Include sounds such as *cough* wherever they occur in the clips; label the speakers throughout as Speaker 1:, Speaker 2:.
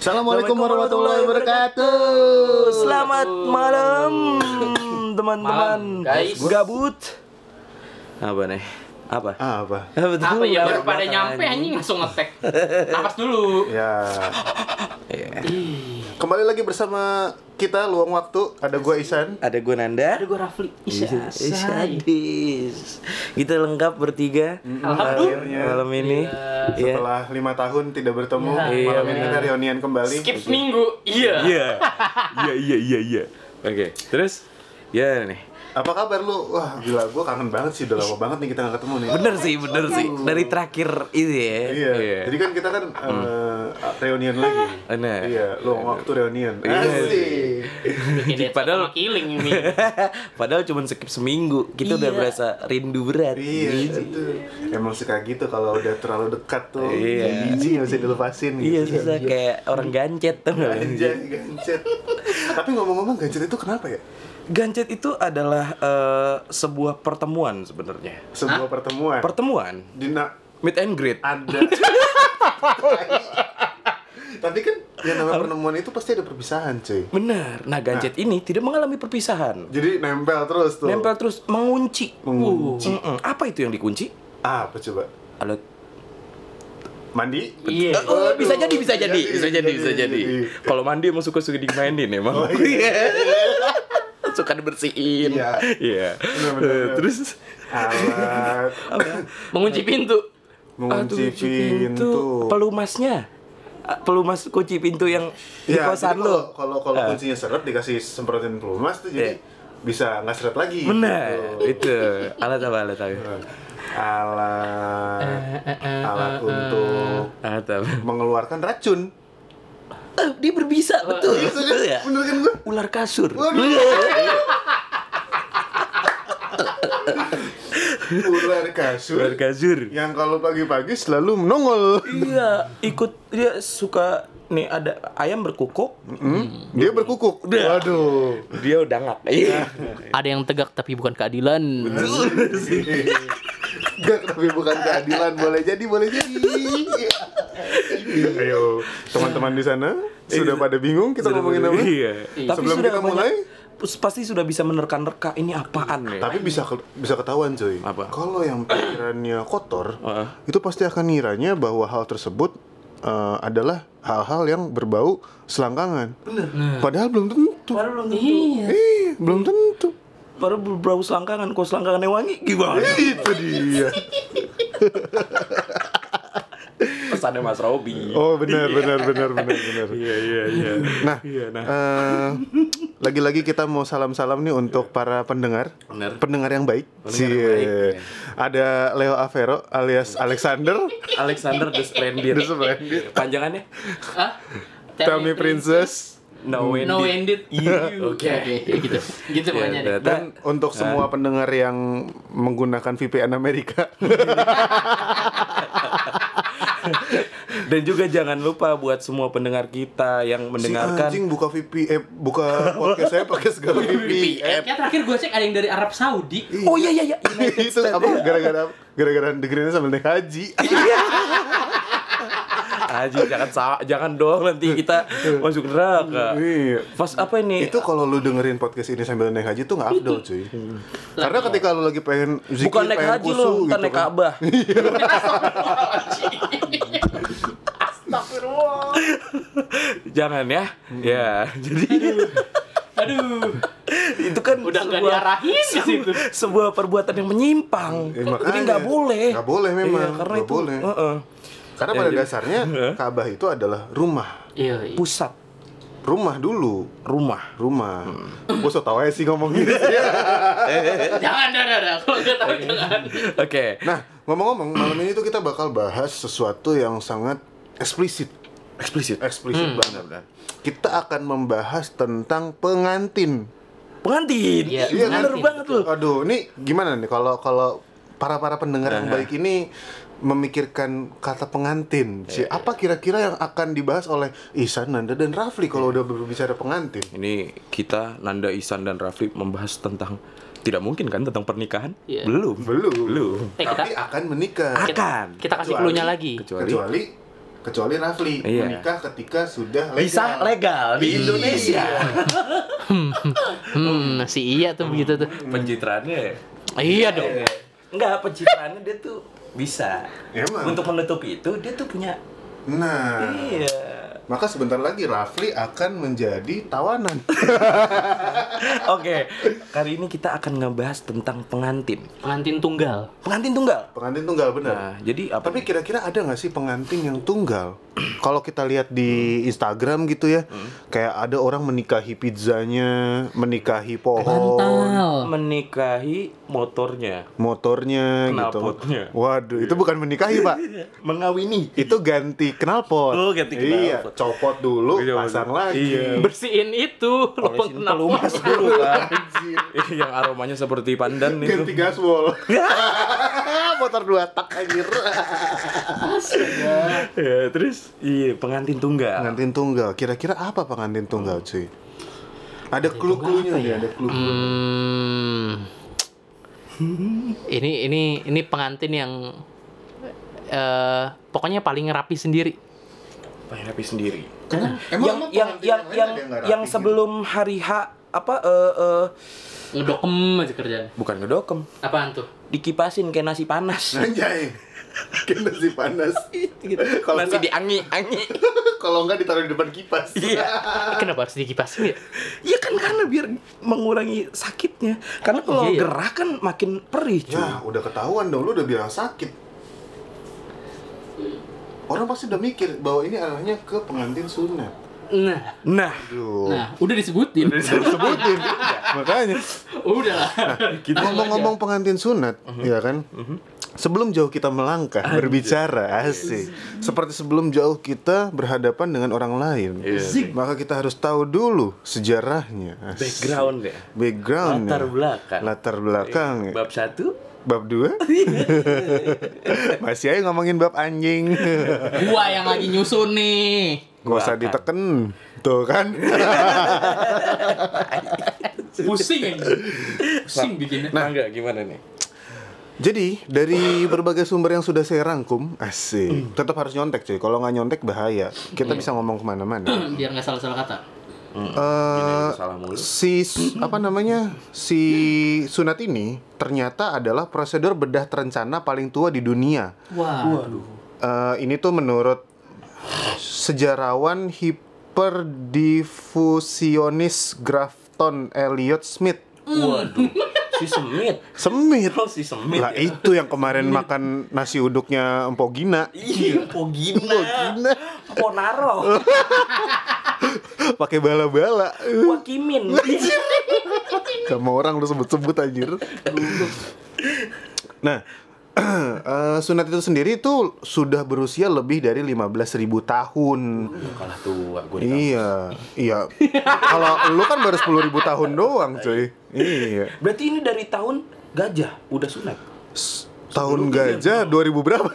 Speaker 1: Assalamualaikum warahmatullahi wabarakatuh.
Speaker 2: Selamat malam
Speaker 3: *laughs*
Speaker 2: teman-teman.
Speaker 3: Malam, guys.
Speaker 2: Gabut. Apa nih? Apa?
Speaker 1: Apa?
Speaker 2: Apa, tuh?
Speaker 3: Ah. Apa ya baru
Speaker 2: Gabut
Speaker 3: pada
Speaker 2: banget,
Speaker 3: nyampe anjing langsung ngetek. Napas dulu.
Speaker 1: Ya. Kembali lagi bersama kita luang waktu. Ada gua Isan.
Speaker 2: Ada gue Nanda.
Speaker 3: Ada gue Rafli.
Speaker 2: iya,
Speaker 3: Isya.
Speaker 2: Sadis. Kita lengkap bertiga.
Speaker 1: Akhirnya.
Speaker 2: Malam ini. Iya.
Speaker 1: Setelah lima tahun tidak bertemu,
Speaker 2: Iya,
Speaker 1: malam ini
Speaker 2: benar.
Speaker 1: kita reunian kembali.
Speaker 3: Skip seminggu. Iya.
Speaker 2: Iya. Iya iya iya iya. Oke, terus ya nih.
Speaker 1: Apa kabar lu? Wah, gila gua kangen banget sih. Udah lama banget nih kita gak ketemu nih.
Speaker 2: Bener sih, bener sih. Dari terakhir ini ya.
Speaker 1: Iya. Jadi kan kita kan eh, reunian lagi.
Speaker 2: Bener.
Speaker 1: Iya, luang waktu reunian.
Speaker 2: Iya.
Speaker 1: Asik.
Speaker 3: Bikin dia
Speaker 2: Padahal-
Speaker 3: sama killing ini.
Speaker 2: *laughs* Padahal cuma skip seminggu, kita udah
Speaker 3: Iya.
Speaker 2: berasa rindu berat.
Speaker 1: Iya, itu. Emang suka gitu kalau udah terlalu dekat tuh.
Speaker 2: Iya.
Speaker 1: Biji gak bisa dilepasin
Speaker 2: Iya
Speaker 1: gitu.
Speaker 2: susah kayak orang gancet tau nggak?
Speaker 1: Gancet, gancet. Tapi ngomong-ngomong gancet itu kenapa ya?
Speaker 2: Gancet itu adalah eh, sebuah pertemuan sebenarnya.
Speaker 1: Sebuah pertemuan.
Speaker 2: Pertemuan
Speaker 1: Di na-
Speaker 2: meet and greet.
Speaker 1: ada. Tapi kan yang namanya pertemuan itu pasti ada perpisahan, cuy.
Speaker 2: Benar. Nah, gancet ini tidak mengalami perpisahan.
Speaker 1: Jadi nempel terus tuh.
Speaker 2: Nempel terus mengunci.
Speaker 1: Mengunci.
Speaker 2: Mm-mm. Apa itu yang dikunci?
Speaker 1: Ah, apa coba?
Speaker 2: Alat.
Speaker 1: Mandi?
Speaker 3: Iya.
Speaker 2: Oh,
Speaker 1: Aduh,
Speaker 2: bisa jadi, bisa jadi, bisa jadi, bisa jadi.
Speaker 1: jadi.
Speaker 2: Kalau mandi emang suka suka dimainin emang. *laughs* suka dibersihin.
Speaker 1: Iya.
Speaker 2: Iya.
Speaker 1: Benar-benar.
Speaker 2: Eh, Terus
Speaker 1: Alat.
Speaker 2: *laughs*
Speaker 3: Mengunci pintu.
Speaker 1: Mengunci
Speaker 2: Aduh,
Speaker 1: pintu.
Speaker 2: Pelumasnya. Ah, Pelumas kunci pintu yang di
Speaker 1: Ya,
Speaker 2: kosan
Speaker 1: jadi
Speaker 2: Eh. lo.
Speaker 1: kalau- Kalau kalau kuncinya seret dikasih semprotin pelumas tuh jadi
Speaker 2: Iya.
Speaker 1: bisa nggak seret lagi.
Speaker 2: Benar,
Speaker 1: gitu.
Speaker 2: itu alat apa alat apa? Eh,
Speaker 1: Alat alat untuk
Speaker 2: Alat apa?
Speaker 1: mengeluarkan racun.
Speaker 2: Eh, dia berbisa betul.
Speaker 1: Iya,
Speaker 2: Betul ya?
Speaker 1: Bener kan gue?
Speaker 2: Ular kasur.
Speaker 1: Ular kasur.
Speaker 2: Ular kasur.
Speaker 1: Yang kalau pagi-pagi selalu menongol.
Speaker 2: Iya, ikut dia suka nih ada ayam berkukuk,
Speaker 1: Hmm? Dia berkukuk. Waduh.
Speaker 2: dia udah ngak.
Speaker 1: Ya,
Speaker 2: Iya.
Speaker 3: Ada yang tegak tapi bukan keadilan.
Speaker 1: Gak tapi bukan keadilan boleh jadi boleh jadi. Ayo teman-teman di sana Iya. sudah pada bingung kita ngomongin apa?
Speaker 2: Iya.
Speaker 1: Sebelum kita
Speaker 2: banyak-
Speaker 1: mulai?
Speaker 2: pasti sudah bisa menerka-nerka ini apaan nih.
Speaker 1: Tapi bisa ke- bisa ketahuan cuy.
Speaker 2: Apa?
Speaker 1: Kalau yang pikirannya kotor,
Speaker 2: Heeh.
Speaker 1: itu pasti akan ngiranya bahwa hal tersebut eh, adalah hal-hal yang berbau selangkangan. Padahal belum tentu.
Speaker 2: Baru belum tentu.
Speaker 3: Iya.
Speaker 1: Eh, belum tentu.
Speaker 2: Baru berbau selangkangan, kok selangkangannya wangi gimana?
Speaker 1: Itu dia.
Speaker 2: Pesannya Mas Robi.
Speaker 1: Oh benar benar benar benar benar.
Speaker 2: Iya iya iya.
Speaker 1: Nah,
Speaker 2: Iya, nah.
Speaker 1: eh, lagi-lagi kita mau salam-salam nih untuk para pendengar,
Speaker 2: Bener.
Speaker 1: pendengar yang baik.
Speaker 2: Pendengar
Speaker 1: Cie.
Speaker 2: yang baik, ya.
Speaker 1: Ada Leo Avero alias Alexander,
Speaker 2: Alexander the
Speaker 1: The
Speaker 2: Splendid.
Speaker 1: Splendid.
Speaker 2: Panjangannya?
Speaker 3: Hah?
Speaker 1: Tell Me Princess,
Speaker 2: No Wendy.
Speaker 3: No ended.
Speaker 2: Oke.
Speaker 3: Oke,
Speaker 2: Iya,
Speaker 3: oke, gitu. Gitu pokoknya deh.
Speaker 2: Dan Nah.
Speaker 1: dan untuk semua pendengar yang menggunakan VPN Amerika.
Speaker 2: dan juga jangan lupa buat semua pendengar kita yang mendengarkan
Speaker 1: Si anjing buka VPN, eh, buka podcast saya pakai segala VPN.
Speaker 3: Ya terakhir gue cek ada yang dari Arab Saudi.
Speaker 2: Oh iya iya iya.
Speaker 1: *laughs* itu apa gara-gara gara-gara negerinya sambil naik haji.
Speaker 2: Iya. Aji jangan sa- jangan dong nanti kita masuk neraka.
Speaker 1: Iya.
Speaker 2: Pas apa ini?
Speaker 1: itu kalau lu dengerin podcast ini sambil naik haji tuh nggak afdol cuy karena ketika lu lagi pengen zikir,
Speaker 2: Hmm. bukan naik
Speaker 1: pengen
Speaker 2: haji
Speaker 1: kusu
Speaker 2: loh, ntar naik
Speaker 1: kan.
Speaker 2: Ka'bah.
Speaker 3: Astagfirullah.
Speaker 2: jangan ya. Ya, jadi
Speaker 3: Aduh.
Speaker 2: itu kan
Speaker 3: Udah nggak
Speaker 2: sebuah-
Speaker 3: diarahin ke
Speaker 2: sebu-
Speaker 3: situ.
Speaker 2: sebuah perbuatan yang menyimpang.
Speaker 1: Eh, makanya.
Speaker 2: jadi nggak boleh.
Speaker 1: Nggak boleh memang,
Speaker 2: Iya, karena
Speaker 1: nggak
Speaker 2: itu
Speaker 1: boleh.
Speaker 2: heeh,
Speaker 1: karena
Speaker 2: Iya,
Speaker 1: pada
Speaker 2: *laughs*
Speaker 1: dasarnya Ka'bah itu adalah rumah
Speaker 3: Iya. iya.
Speaker 2: pusat
Speaker 1: rumah dulu
Speaker 2: rumah.
Speaker 1: rumah
Speaker 2: Hmm.
Speaker 1: gue so tau aja sih ngomong
Speaker 2: *laughs*
Speaker 1: gitu
Speaker 3: Jangan, jangan, jangan. Kalau gue tahu jangan.
Speaker 2: Oke.
Speaker 1: nah ngomong-ngomong malam ini tuh kita bakal bahas sesuatu yang sangat eksplisit
Speaker 2: Eksplisit. Hmm.
Speaker 1: eksplisit banget kita akan membahas tentang pengantin
Speaker 2: Pengantin.
Speaker 3: Iya,
Speaker 1: Iya,
Speaker 2: bener
Speaker 3: pengantin.
Speaker 2: banget loh.
Speaker 1: Aduh, ini gimana nih kalau kalau para para pendengar yang baik ini memikirkan kata
Speaker 3: Iya,
Speaker 1: pengantin. Si apa kira-kira yang akan dibahas oleh Ihsan, Nanda dan Rafli kalau
Speaker 3: Iya.
Speaker 1: udah berbicara pengantin?
Speaker 2: Ini kita Nanda Isan dan Rafli membahas tentang tidak mungkin kan tentang pernikahan?
Speaker 3: Iya.
Speaker 2: Belum.
Speaker 1: Belum.
Speaker 2: Belum.
Speaker 3: Eh, kita-
Speaker 1: Tapi akan menikah.
Speaker 2: Akan.
Speaker 3: Kita
Speaker 1: Kecuali-
Speaker 3: kasih clue-nya lagi.
Speaker 2: Kecuali,
Speaker 1: Kecuali kecuali Rafli
Speaker 2: Iya.
Speaker 1: menikah ketika sudah legal.
Speaker 4: Bisa legal di
Speaker 1: Iya.
Speaker 4: Indonesia.
Speaker 3: Hmm, si iya tuh begitu tuh.
Speaker 2: Pencitraannya ya?
Speaker 3: Iya dong.
Speaker 2: Enggak, pencitraannya dia tuh bisa.
Speaker 1: Emang.
Speaker 2: Untuk menutupi itu dia tuh punya
Speaker 1: Nah,
Speaker 2: Iya.
Speaker 1: maka sebentar lagi Rafli akan menjadi tawanan.
Speaker 3: *laughs*
Speaker 2: Oke, kali ini kita akan ngebahas tentang pengantin.
Speaker 3: Pengantin tunggal.
Speaker 2: Pengantin tunggal.
Speaker 1: Pengantin tunggal benar.
Speaker 2: Nah, jadi apa?
Speaker 1: Tapi
Speaker 2: nih?
Speaker 1: kira-kira ada nggak sih pengantin yang tunggal? *clears throat* Kalau kita lihat di Instagram gitu ya, kayak ada orang menikahi pizzanya, menikahi pohon,
Speaker 3: Mental.
Speaker 2: menikahi motornya,
Speaker 1: motornya
Speaker 2: Knalpotnya.
Speaker 1: gitu. Waduh, itu bukan menikahi pak,
Speaker 2: *laughs* mengawini.
Speaker 1: itu ganti knalpot.
Speaker 2: Oh, ganti
Speaker 1: Iya,
Speaker 2: knalpot.
Speaker 1: copot dulu,
Speaker 2: Iya,
Speaker 1: pasang
Speaker 2: bener.
Speaker 1: lagi.
Speaker 2: Iya.
Speaker 3: Bersihin itu, lubang
Speaker 2: Olesin
Speaker 1: *laughs*
Speaker 2: pelumas
Speaker 3: pelumas.
Speaker 2: dulu kan.
Speaker 1: Anjir.
Speaker 2: yang aromanya seperti pandan
Speaker 1: Ganti
Speaker 2: itu.
Speaker 1: gaspol. *laughs* Motor dua tak anjir.
Speaker 2: Ya, terus iya pengantin tunggal.
Speaker 1: Pengantin tunggal, kira-kira apa pengantin tunggal cuy? Ada clue-cluenya nih, ada clue
Speaker 3: Hmm. Ini ini ini pengantin yang eh pokoknya paling rapi sendiri.
Speaker 2: Pengen rapi sendiri.
Speaker 1: Emang-
Speaker 2: yang
Speaker 1: emang
Speaker 2: yang
Speaker 1: pengantin
Speaker 2: yang
Speaker 1: lain
Speaker 2: yang
Speaker 1: ada nggak rapi
Speaker 2: yang
Speaker 1: gitu?
Speaker 2: sebelum hari H apa eh eh,
Speaker 3: Ngedokem aja kerjaan.
Speaker 2: bukan ngedokem,
Speaker 3: Apaan tuh?
Speaker 2: dikipasin kayak nasi
Speaker 1: *laughs*
Speaker 2: panas.
Speaker 1: gitu?
Speaker 2: Gitu,
Speaker 1: Anjay. Kayak nasi
Speaker 2: *laughs*
Speaker 1: panas. Kalau
Speaker 2: Nasi
Speaker 1: enggak,
Speaker 2: diangi-angi.
Speaker 1: kalau enggak ditaruh di depan kipas.
Speaker 2: Iya.
Speaker 3: Kenapa harus dikipasin ya?
Speaker 2: Iya kan karena biar mengurangi sakitnya. Karena kalau
Speaker 3: Iya, iya.
Speaker 2: gerah kan makin perih
Speaker 1: *laughs*
Speaker 2: cuy.
Speaker 1: Ya, udah ketahuan dong lu udah bilang sakit. Orang pasti udah mikir bahwa ini arahnya ke pengantin sunat.
Speaker 3: Nah,
Speaker 2: Nah,
Speaker 1: Duh.
Speaker 3: nah, udah disebutin. *laughs*
Speaker 1: Sebutin. Makanya.
Speaker 3: udah lah.
Speaker 1: Ngomong-ngomong pengantin sunat,
Speaker 2: Mhm.
Speaker 1: ya kan? Sebelum jauh kita melangkah berbicara
Speaker 2: Iya.
Speaker 1: asik, seperti sebelum jauh kita berhadapan dengan orang lain,
Speaker 2: Iya.
Speaker 1: maka kita harus tahu dulu sejarahnya, asik.
Speaker 2: background ya.
Speaker 1: background
Speaker 2: Latar belakang.
Speaker 1: ya.
Speaker 2: Iya.
Speaker 1: latar belakang ya.
Speaker 2: Bab Iya. satu
Speaker 1: bab
Speaker 2: *laughs*
Speaker 1: 2 masih aja ngomongin bab anjing
Speaker 2: *laughs*
Speaker 3: Gua yang lagi nyusun nih.
Speaker 1: gak usah diteken tuh
Speaker 2: *laughs*
Speaker 1: kan
Speaker 3: Pusing *laughs* aja. Pusing bikinnya.
Speaker 2: Nah, enggak gimana nih?
Speaker 1: jadi dari berbagai sumber yang sudah saya rangkum asik tetap harus nyontek cuy kalau nggak nyontek bahaya kita
Speaker 2: Iya.
Speaker 1: bisa ngomong kemana-mana
Speaker 3: Biar nggak salah-salah kata.
Speaker 1: Eh,
Speaker 2: salah mulu.
Speaker 1: si s- apa namanya si sunat ini ternyata adalah prosedur bedah terencana paling tua di dunia
Speaker 3: Wah.
Speaker 1: Eh, ini tuh menurut sejarawan hiperdifusionis Grafton Elliot Smith.
Speaker 2: Waduh. Si semit.
Speaker 1: Smith.
Speaker 2: Oh, si semit.
Speaker 1: Lah
Speaker 2: ya.
Speaker 1: itu yang kemarin makan nasi uduknya Empok Gina. *laughs* Oh,
Speaker 2: Iya, Oh, Pogina.
Speaker 1: Gina *laughs*
Speaker 2: Ponaro.
Speaker 1: pakai bala-bala. *laughs*
Speaker 2: Wakimin.
Speaker 1: Iya. Sama orang lu sebut-sebut anjir. Nah, *clears throat* eh, sunat itu sendiri itu sudah berusia lebih dari 15.000 tahun.
Speaker 2: Kalah tua gue
Speaker 1: Iya, iya. Kalau lu kan baru 10.000 tahun doang, cuy. Iya.
Speaker 2: Berarti ini dari tahun gajah udah sunat.
Speaker 1: Tahun gajah 2000 berapa?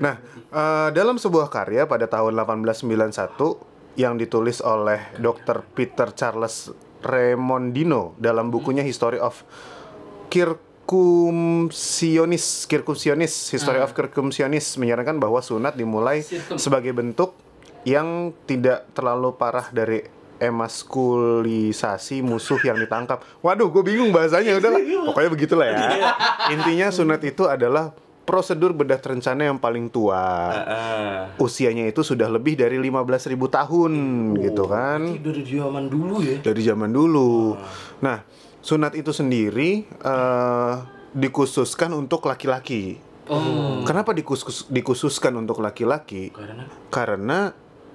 Speaker 1: nah, eh, dalam sebuah karya pada tahun 1891 yang ditulis oleh Dr. Peter Charles Remondino dalam bukunya History of Circumcisionis, Circumcisionis, History of Circumcisionis menyarankan bahwa sunat dimulai
Speaker 3: Circum-
Speaker 1: sebagai bentuk yang tidak terlalu parah dari emaskulisasi musuh yang ditangkap. Waduh, gue bingung bahasanya udah. Pokoknya begitulah ya. Intinya sunat itu adalah prosedur bedah terencana yang paling tua.
Speaker 2: Nah.
Speaker 1: Usianya itu sudah lebih dari 15.000 tahun gitu kan
Speaker 2: Berarti dari zaman dulu ya.
Speaker 1: dari zaman dulu. Nah, sunat itu sendiri eh, dikhususkan untuk laki-laki. Kenapa dikhusus- dikhususkan untuk laki-laki?
Speaker 2: Karena
Speaker 1: Karena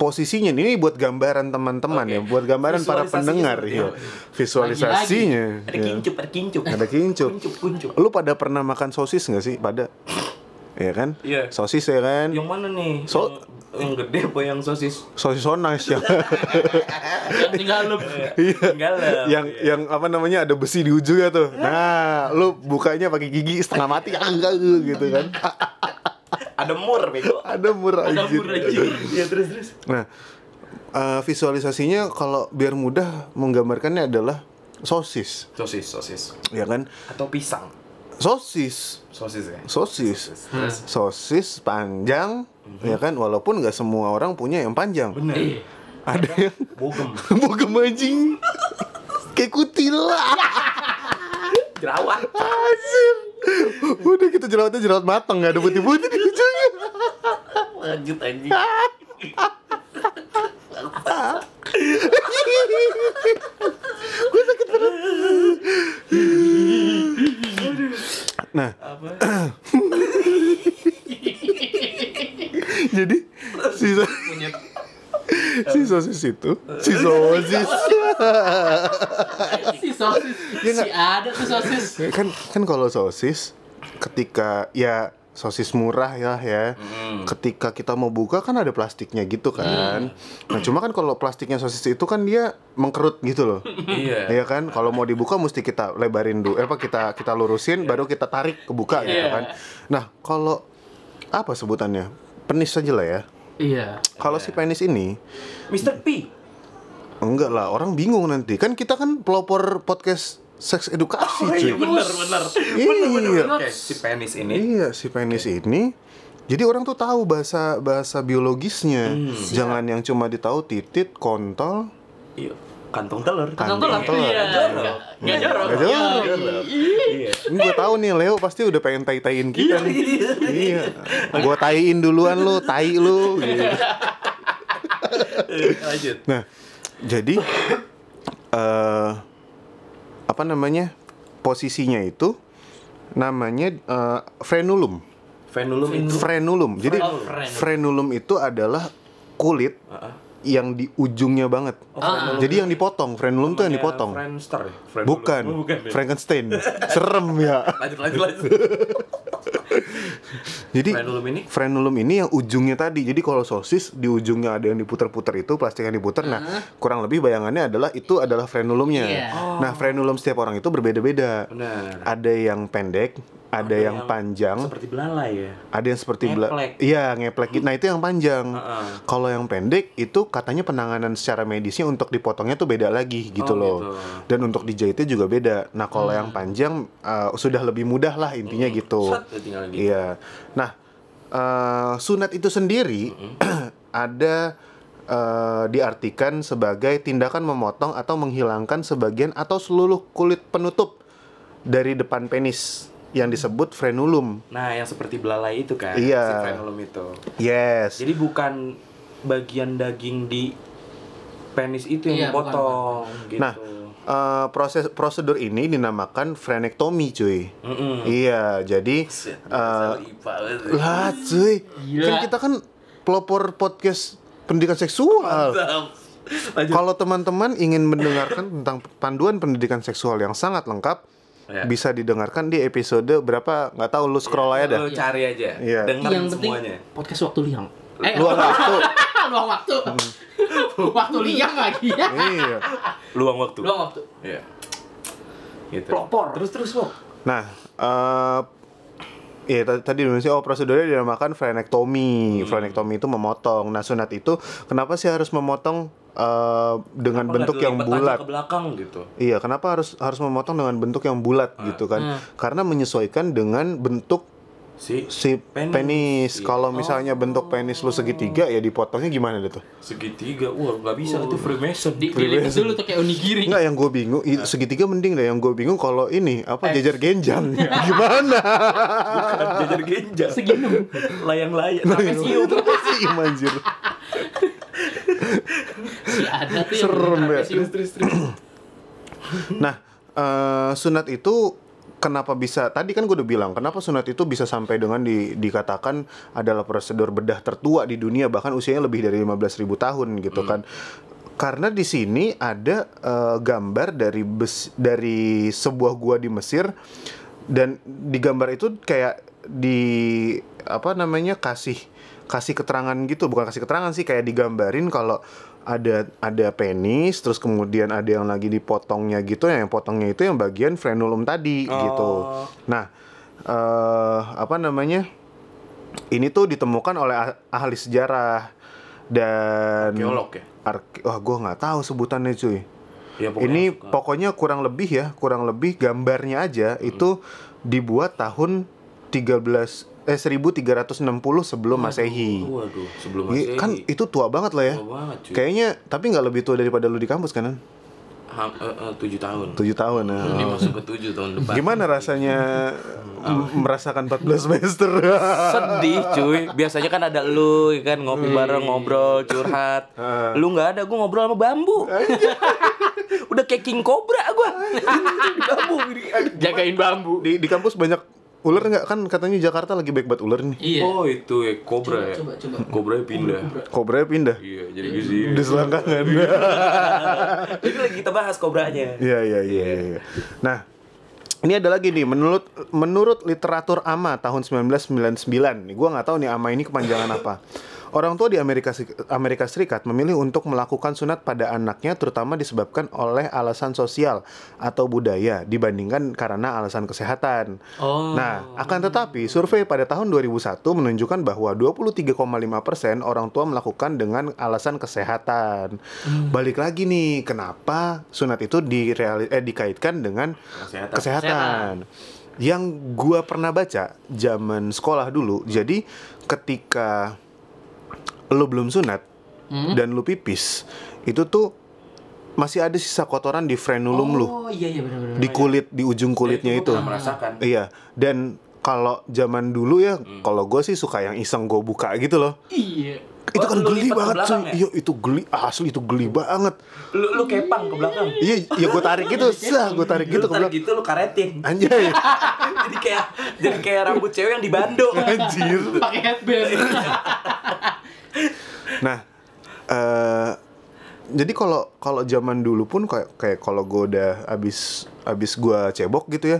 Speaker 1: posisinya ini buat gambaran teman-teman ya, buat gambaran para
Speaker 2: Visualisasinya
Speaker 1: pendengar
Speaker 2: seperti
Speaker 1: ya.
Speaker 2: apa?
Speaker 1: Visualisasinya. ya.
Speaker 2: ada kincup, ada kincup.
Speaker 1: Ada kincup.
Speaker 2: Kuncup, kuncup.
Speaker 1: Lu pada pernah makan sosis nggak sih? Pada Iya kan?
Speaker 2: Iya.
Speaker 1: Sosis ya kan?
Speaker 2: Yang mana nih?
Speaker 1: So-
Speaker 2: yang, yang gede apa yang sosis?
Speaker 1: Sosis sonas
Speaker 2: *laughs*
Speaker 1: ya.
Speaker 2: Iya.
Speaker 3: *laughs* Tinggal lu.
Speaker 2: Tinggal lah.
Speaker 1: yang yang apa namanya ada besi di ujungnya tuh. Nah, lu bukanya pakai gigi setengah mati enggak lu gitu kan.
Speaker 2: ada mur bego.
Speaker 1: Ada murah
Speaker 3: Ada
Speaker 1: anjir.
Speaker 3: murah, anjir.
Speaker 2: Iya terus terus.
Speaker 1: Nah, eh, visualisasinya kalau biar mudah menggambarkannya adalah sosis,
Speaker 2: Sosis, sosis.
Speaker 1: ya kan?
Speaker 2: Atau pisang.
Speaker 1: sosis
Speaker 2: sosis ya
Speaker 1: sosis
Speaker 2: Terus,
Speaker 1: sosis panjang ya kan walaupun nggak semua orang punya yang panjang
Speaker 5: Bener.
Speaker 1: ada yang *laughs*
Speaker 5: Bogem.
Speaker 1: bogem anjing kayak kutilah
Speaker 5: Jerawat.
Speaker 1: Anjir. Udah gitu jerawatnya jerawat mateng nggak ada putih-putih di ujungnya.
Speaker 6: Lanjut anjing.
Speaker 1: Nah. Jadi si so- si sosis itu, si sosis
Speaker 3: si sosis si ada tuh sosis
Speaker 1: kan kan kalau sosis ketika ya sosis murah ya ya ketika kita mau buka kan ada plastiknya gitu kan nah cuma kan kalau plastiknya sosis itu kan dia mengkerut gitu loh
Speaker 5: Iya.
Speaker 1: Iya kan, kalau mau dibuka mesti kita lebarin dulu, Eh, apa kita kita lurusin, baru kita tarik kebuka gitu
Speaker 3: Iya.
Speaker 1: kan. Nah, kalau apa sebutannya? Penis aja lah ya.
Speaker 3: iya
Speaker 1: Kalau si penis ini
Speaker 5: Mr. P.
Speaker 1: enggak lah, orang bingung nanti. Kan kita kan pelopor podcast seks
Speaker 2: Oh,
Speaker 1: edukasi, cuy.
Speaker 5: bener bener.
Speaker 1: Iya.
Speaker 5: Oke, si penis ini.
Speaker 1: Iya, si penis ini jadi orang tuh tahu bahasa bahasa biologisnya. Jangan yang cuma ditahu titit, kontol,
Speaker 5: Iya. Kantong telur.
Speaker 1: Kantong
Speaker 3: Nonton lah
Speaker 1: Nonton lah.
Speaker 3: iya
Speaker 5: Jorok.
Speaker 3: nggak jorok
Speaker 1: Nggak jorok.
Speaker 3: Yoi.
Speaker 5: Iya.
Speaker 1: Ini gue tahu nih Leo pasti udah pengen tai-taiin kita nih. iya. Gue taiin duluan lu, tai lu. Gitu.
Speaker 5: Lanjut.
Speaker 1: Nah, jadi eh apa namanya? Posisinya itu namanya eh, frenulum.
Speaker 5: Frenulum itu.
Speaker 1: Frenulum. Jadi
Speaker 3: Frenulum.
Speaker 1: frenulum itu adalah kulit yang di ujungnya banget. Jadi yang dipotong, frenulum tuh yang dipotong.
Speaker 5: Friendster. ya? Frenulum.
Speaker 1: Bukan,
Speaker 5: Oh, bukan. ya?
Speaker 1: Frankenstein. Serem ya.
Speaker 5: Lanjut lanjut lanjut.
Speaker 1: Jadi
Speaker 5: Frenulum ini?
Speaker 1: frenulum ini yang ujungnya tadi. Jadi kalau sosis di ujungnya ada yang diputer-puter itu plastik yang diputer. Nah, kurang lebih bayangannya adalah itu adalah frenulumnya.
Speaker 3: Iya.
Speaker 1: Nah, frenulum setiap orang itu berbeda-beda.
Speaker 5: Benar.
Speaker 1: Ada yang pendek, ada, yang, panjang,
Speaker 5: Seperti belalai ya.
Speaker 1: ada yang seperti
Speaker 5: Ngeplek. Hmm.
Speaker 1: Iya, ngeplek. gitu. Nah, itu yang panjang.
Speaker 5: Heeh.
Speaker 1: Kalau yang pendek itu katanya penanganan secara medisnya untuk dipotongnya tuh beda lagi gitu
Speaker 5: Oh,
Speaker 1: loh.
Speaker 5: gitu. Hmm.
Speaker 1: Dan untuk dijahitnya juga beda. Nah, kalau yang panjang eh, sudah lebih mudah lah intinya gitu.
Speaker 5: Set, udah tinggal gitu.
Speaker 1: Iya. Nah, eh, sunat itu sendiri
Speaker 5: Hmm.
Speaker 1: *clears throat* ada eh, diartikan sebagai tindakan memotong atau menghilangkan sebagian atau seluruh kulit penutup dari depan penis yang disebut frenulum.
Speaker 5: Nah, yang seperti belalai itu kan.
Speaker 1: Iya.
Speaker 5: Si frenulum itu.
Speaker 1: Yes.
Speaker 5: Jadi bukan bagian daging di penis itu yang
Speaker 3: Iya,
Speaker 5: dipotong gitu.
Speaker 1: Nah, eh, proses prosedur ini dinamakan frenektomi, cuy.
Speaker 5: Mm-mm.
Speaker 1: Iya, jadi
Speaker 6: Set,
Speaker 1: eh,
Speaker 6: sama IPA banget.
Speaker 1: lah, cuy.
Speaker 3: Gila.
Speaker 1: Kan kita kan pelopor podcast pendidikan seksual.
Speaker 6: Mantap.
Speaker 1: Kalau teman-teman ingin mendengarkan tentang panduan pendidikan seksual yang sangat lengkap,
Speaker 5: Ya.
Speaker 1: bisa didengarkan di episode berapa? Nggak tahu lu scroll aja dah.
Speaker 5: Lu cari aja.
Speaker 1: Iya.
Speaker 5: Dengerin
Speaker 3: yang penting
Speaker 5: semuanya.
Speaker 3: podcast waktu liang eh
Speaker 1: Luang waktu.
Speaker 3: *laughs*
Speaker 1: Hmm.
Speaker 3: luang waktu waktu liang lagi ya
Speaker 1: iya.
Speaker 5: Luang waktu.
Speaker 3: luang waktu
Speaker 5: Iya. Gitu.
Speaker 3: pelopor
Speaker 5: Terus terus kok.
Speaker 1: Nah, eh ya tadi tadi Indonesia oh prosedurnya dinamakan frenektomi. Frenektomi itu memotong. Nah, sunat itu kenapa sih harus memotong eh, dengan bentuk yang bulat?
Speaker 5: ke belakang gitu.
Speaker 1: Iya, kenapa harus harus memotong dengan bentuk yang bulat gitu kan? Karena menyesuaikan dengan bentuk
Speaker 5: Si
Speaker 1: si
Speaker 5: Penis.
Speaker 1: penis. Oh.
Speaker 5: Iya.
Speaker 1: Kalau misalnya bentuk penis lu segitiga ya dipotongnya gimana deh tuh?
Speaker 5: segitiga. Wah, nggak bisa
Speaker 1: Oh.
Speaker 5: itu Freemason.
Speaker 3: di dililit dulu tuh kayak onigiri
Speaker 1: Enggak yang gue bingung i- segitiga mending deh yang gue bingung kalau ini apa jajar *laughs* genjang gimana gitu?
Speaker 5: jajar genjang.
Speaker 3: segini
Speaker 5: Layang-layang.
Speaker 2: Nah,
Speaker 5: Trapesium.
Speaker 1: sih manjir
Speaker 3: si ada tuh yang
Speaker 1: serem ya.
Speaker 3: trapesium.
Speaker 1: Nah eh, sunat itu kenapa bisa tadi kan gue udah bilang kenapa sunat itu bisa sampai dengan di- dikatakan adalah prosedur bedah tertua di dunia bahkan usianya lebih dari 15.000 tahun gitu kan. Karena di sini ada eh, gambar dari bes- dari sebuah gua di Mesir dan di gambar itu kayak di apa namanya kasih kasih keterangan gitu bukan kasih keterangan sih kayak digambarin kalau ada ada penis terus kemudian ada yang lagi dipotongnya gitu yang potongnya itu yang bagian frenulum tadi gitu nah eh apa namanya ini tuh ditemukan oleh ah- ahli sejarah dan
Speaker 5: Arkeolog ya?
Speaker 1: Arke- wah gue nggak tahu sebutannya cuy
Speaker 5: Ya, pokoknya
Speaker 1: ini
Speaker 5: suka.
Speaker 2: Hmm.
Speaker 1: pokoknya kurang lebih ya kurang lebih gambarnya aja itu dibuat tahun 13 eh 1360 sebelum Masehi.
Speaker 2: Waduh, sebelum
Speaker 1: Iya,
Speaker 2: Masehi.
Speaker 1: Kan itu tua banget lah ya.
Speaker 2: Tua banget, cuy.
Speaker 1: Kayaknya tapi nggak lebih tua daripada lu di kampus kan? An?
Speaker 2: Ham- eh, eh, tujuh tahun.
Speaker 1: Tujuh tahun. nah.
Speaker 2: Ini masuk ke tujuh tahun depan.
Speaker 1: Gimana rasanya
Speaker 2: Hmm,
Speaker 1: m- merasakan 14
Speaker 2: *laughs*
Speaker 1: semester?
Speaker 2: Sedih cuy. Biasanya kan ada lu ya kan
Speaker 1: Iya.
Speaker 2: ngopi bareng, ngobrol, curhat.
Speaker 1: Ah.
Speaker 2: Lu nggak ada, gua ngobrol sama bambu.
Speaker 1: Iya.
Speaker 2: *laughs* Udah kayak king cobra gua. Di *laughs* bambu.
Speaker 7: Jagain bambu.
Speaker 1: di, di kampus banyak ular nggak kan katanya Jakarta lagi baik buat ular nih.
Speaker 7: Iya.
Speaker 2: Oh, itu ya kobra ya.
Speaker 3: Coba, coba, coba.
Speaker 2: Kobra pindah.
Speaker 1: Kobra pindah
Speaker 2: Iya, jadi gini.
Speaker 1: di selangkangan.
Speaker 2: Ini lagi kita bahas kobranya.
Speaker 1: Iya iya iya. iya. Nah, ini ada lagi nih menurut menurut literatur AMA tahun 1999. Nih gua nggak tahu nih AMA ini kepanjangan apa. Orang tua di Amerika Se- Amerika Serikat memilih untuk melakukan sunat pada anaknya terutama disebabkan oleh alasan sosial atau budaya dibandingkan karena alasan kesehatan.
Speaker 7: Oh.
Speaker 1: Nah, akan tetapi survei pada tahun 2001 menunjukkan bahwa 23,5% orang tua melakukan dengan alasan kesehatan. Balik lagi nih, kenapa sunat itu direali- eh, dikaitkan dengan
Speaker 2: Kesehatan.
Speaker 1: kesehatan. Yang gua pernah baca zaman sekolah dulu, jadi ketika lu belum sunat dan lu pipis, itu tuh masih ada sisa kotoran di frenulum lu,
Speaker 3: Oh iya iya benar-benar.
Speaker 1: di kulit, di ujung kulitnya itu.
Speaker 2: Eh, Pernah merasakan.
Speaker 1: Iya, dan kalau zaman dulu ya,
Speaker 2: Hmm.
Speaker 1: kalau gue sih suka yang iseng gue buka gitu loh.
Speaker 3: Iya.
Speaker 1: Itu kan
Speaker 2: lu
Speaker 1: geli
Speaker 2: lipat ke
Speaker 1: banget
Speaker 2: belakang
Speaker 1: cuy.
Speaker 2: ya?
Speaker 1: Iya, itu geli asli itu geli banget.
Speaker 2: Lu lu kepang ke belakang.
Speaker 1: Iya, ya gue tarik
Speaker 2: *laughs*
Speaker 1: gitu, sah gue tarik gitu
Speaker 2: Gitu,
Speaker 1: ke belakang.
Speaker 2: gitu lu
Speaker 1: *laughs*
Speaker 2: karetin.
Speaker 1: Anjay,
Speaker 2: jadi kayak jadi kayak rambut cewek yang dibando.
Speaker 1: Iya. anjir.
Speaker 3: Pakai headband.
Speaker 1: Nah, eh jadi kalau kalau zaman dulu pun kayak kayak kalau gue udah abis abis gue cebok gitu ya,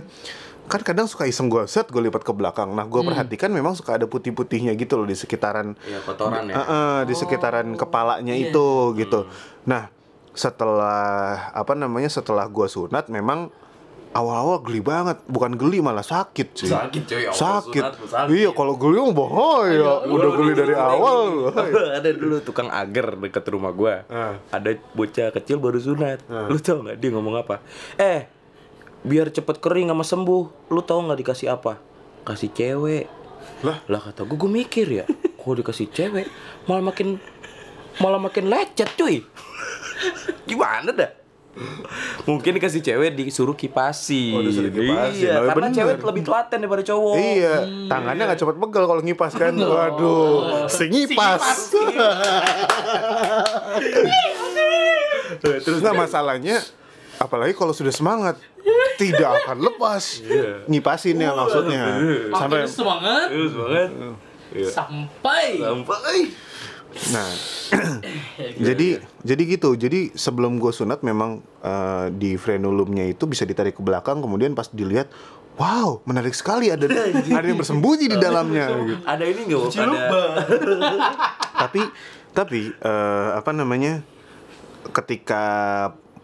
Speaker 1: kan kadang suka iseng gue set gue lipat ke belakang. Nah, gue
Speaker 2: Hmm.
Speaker 1: perhatikan memang suka ada putih-putihnya gitu loh di sekitaran
Speaker 2: Iya, kotoran ya.
Speaker 1: Heeh, di sekitaran kepalanya itu gitu. Nah, setelah apa namanya setelah gua sunat memang awal-awal geli banget, bukan geli malah sakit cuy.
Speaker 2: Sakit, cuy. Awal
Speaker 1: sakit.
Speaker 2: sunat tuh sakit.
Speaker 1: Iya, kalau geli mah bahaya. Udah geli dari awal. bahaya.
Speaker 2: *laughs* ada dulu tukang agar dekat rumah gua.
Speaker 1: Ah.
Speaker 2: Ada bocah kecil baru sunat. Lu tau nggak dia ngomong apa? Eh, biar cepet kering sama sembuh. Lu tau nggak dikasih apa? Kasih cewek.
Speaker 1: Lah?
Speaker 2: Lah kata gua, gua mikir ya. Kok dikasih cewek malah makin malah makin lecet cuy. *laughs* Gimana dah? Mungkin dikasih cewek disuruh kipasi.
Speaker 1: Oh, disuruh kipasin.
Speaker 2: Iya,
Speaker 1: Oh,
Speaker 2: karena
Speaker 1: bener.
Speaker 2: cewek lebih telaten daripada cowok.
Speaker 1: Iya, tangannya nggak cepet pegal kalau ngipas kan. Waduh, singipas. Terus nah masalahnya apalagi kalau sudah semangat tidak akan lepas. Ngipasin ya maksudnya. *laughs* Sampai Iya.
Speaker 3: Sampai semangat
Speaker 2: Serius banget.
Speaker 1: Hmm.
Speaker 3: sampai.
Speaker 2: Sampai.
Speaker 1: nah. jadi jadi gitu. Jadi sebelum gue sunat memang eh, di frenulumnya itu bisa ditarik ke belakang kemudian pas dilihat Wow, menarik sekali ada ada yang bersembunyi di dalamnya.
Speaker 2: *laughs*
Speaker 1: gitu.
Speaker 2: Ada ini nggak? Wak? Ada
Speaker 1: tapi tapi eh, apa namanya ketika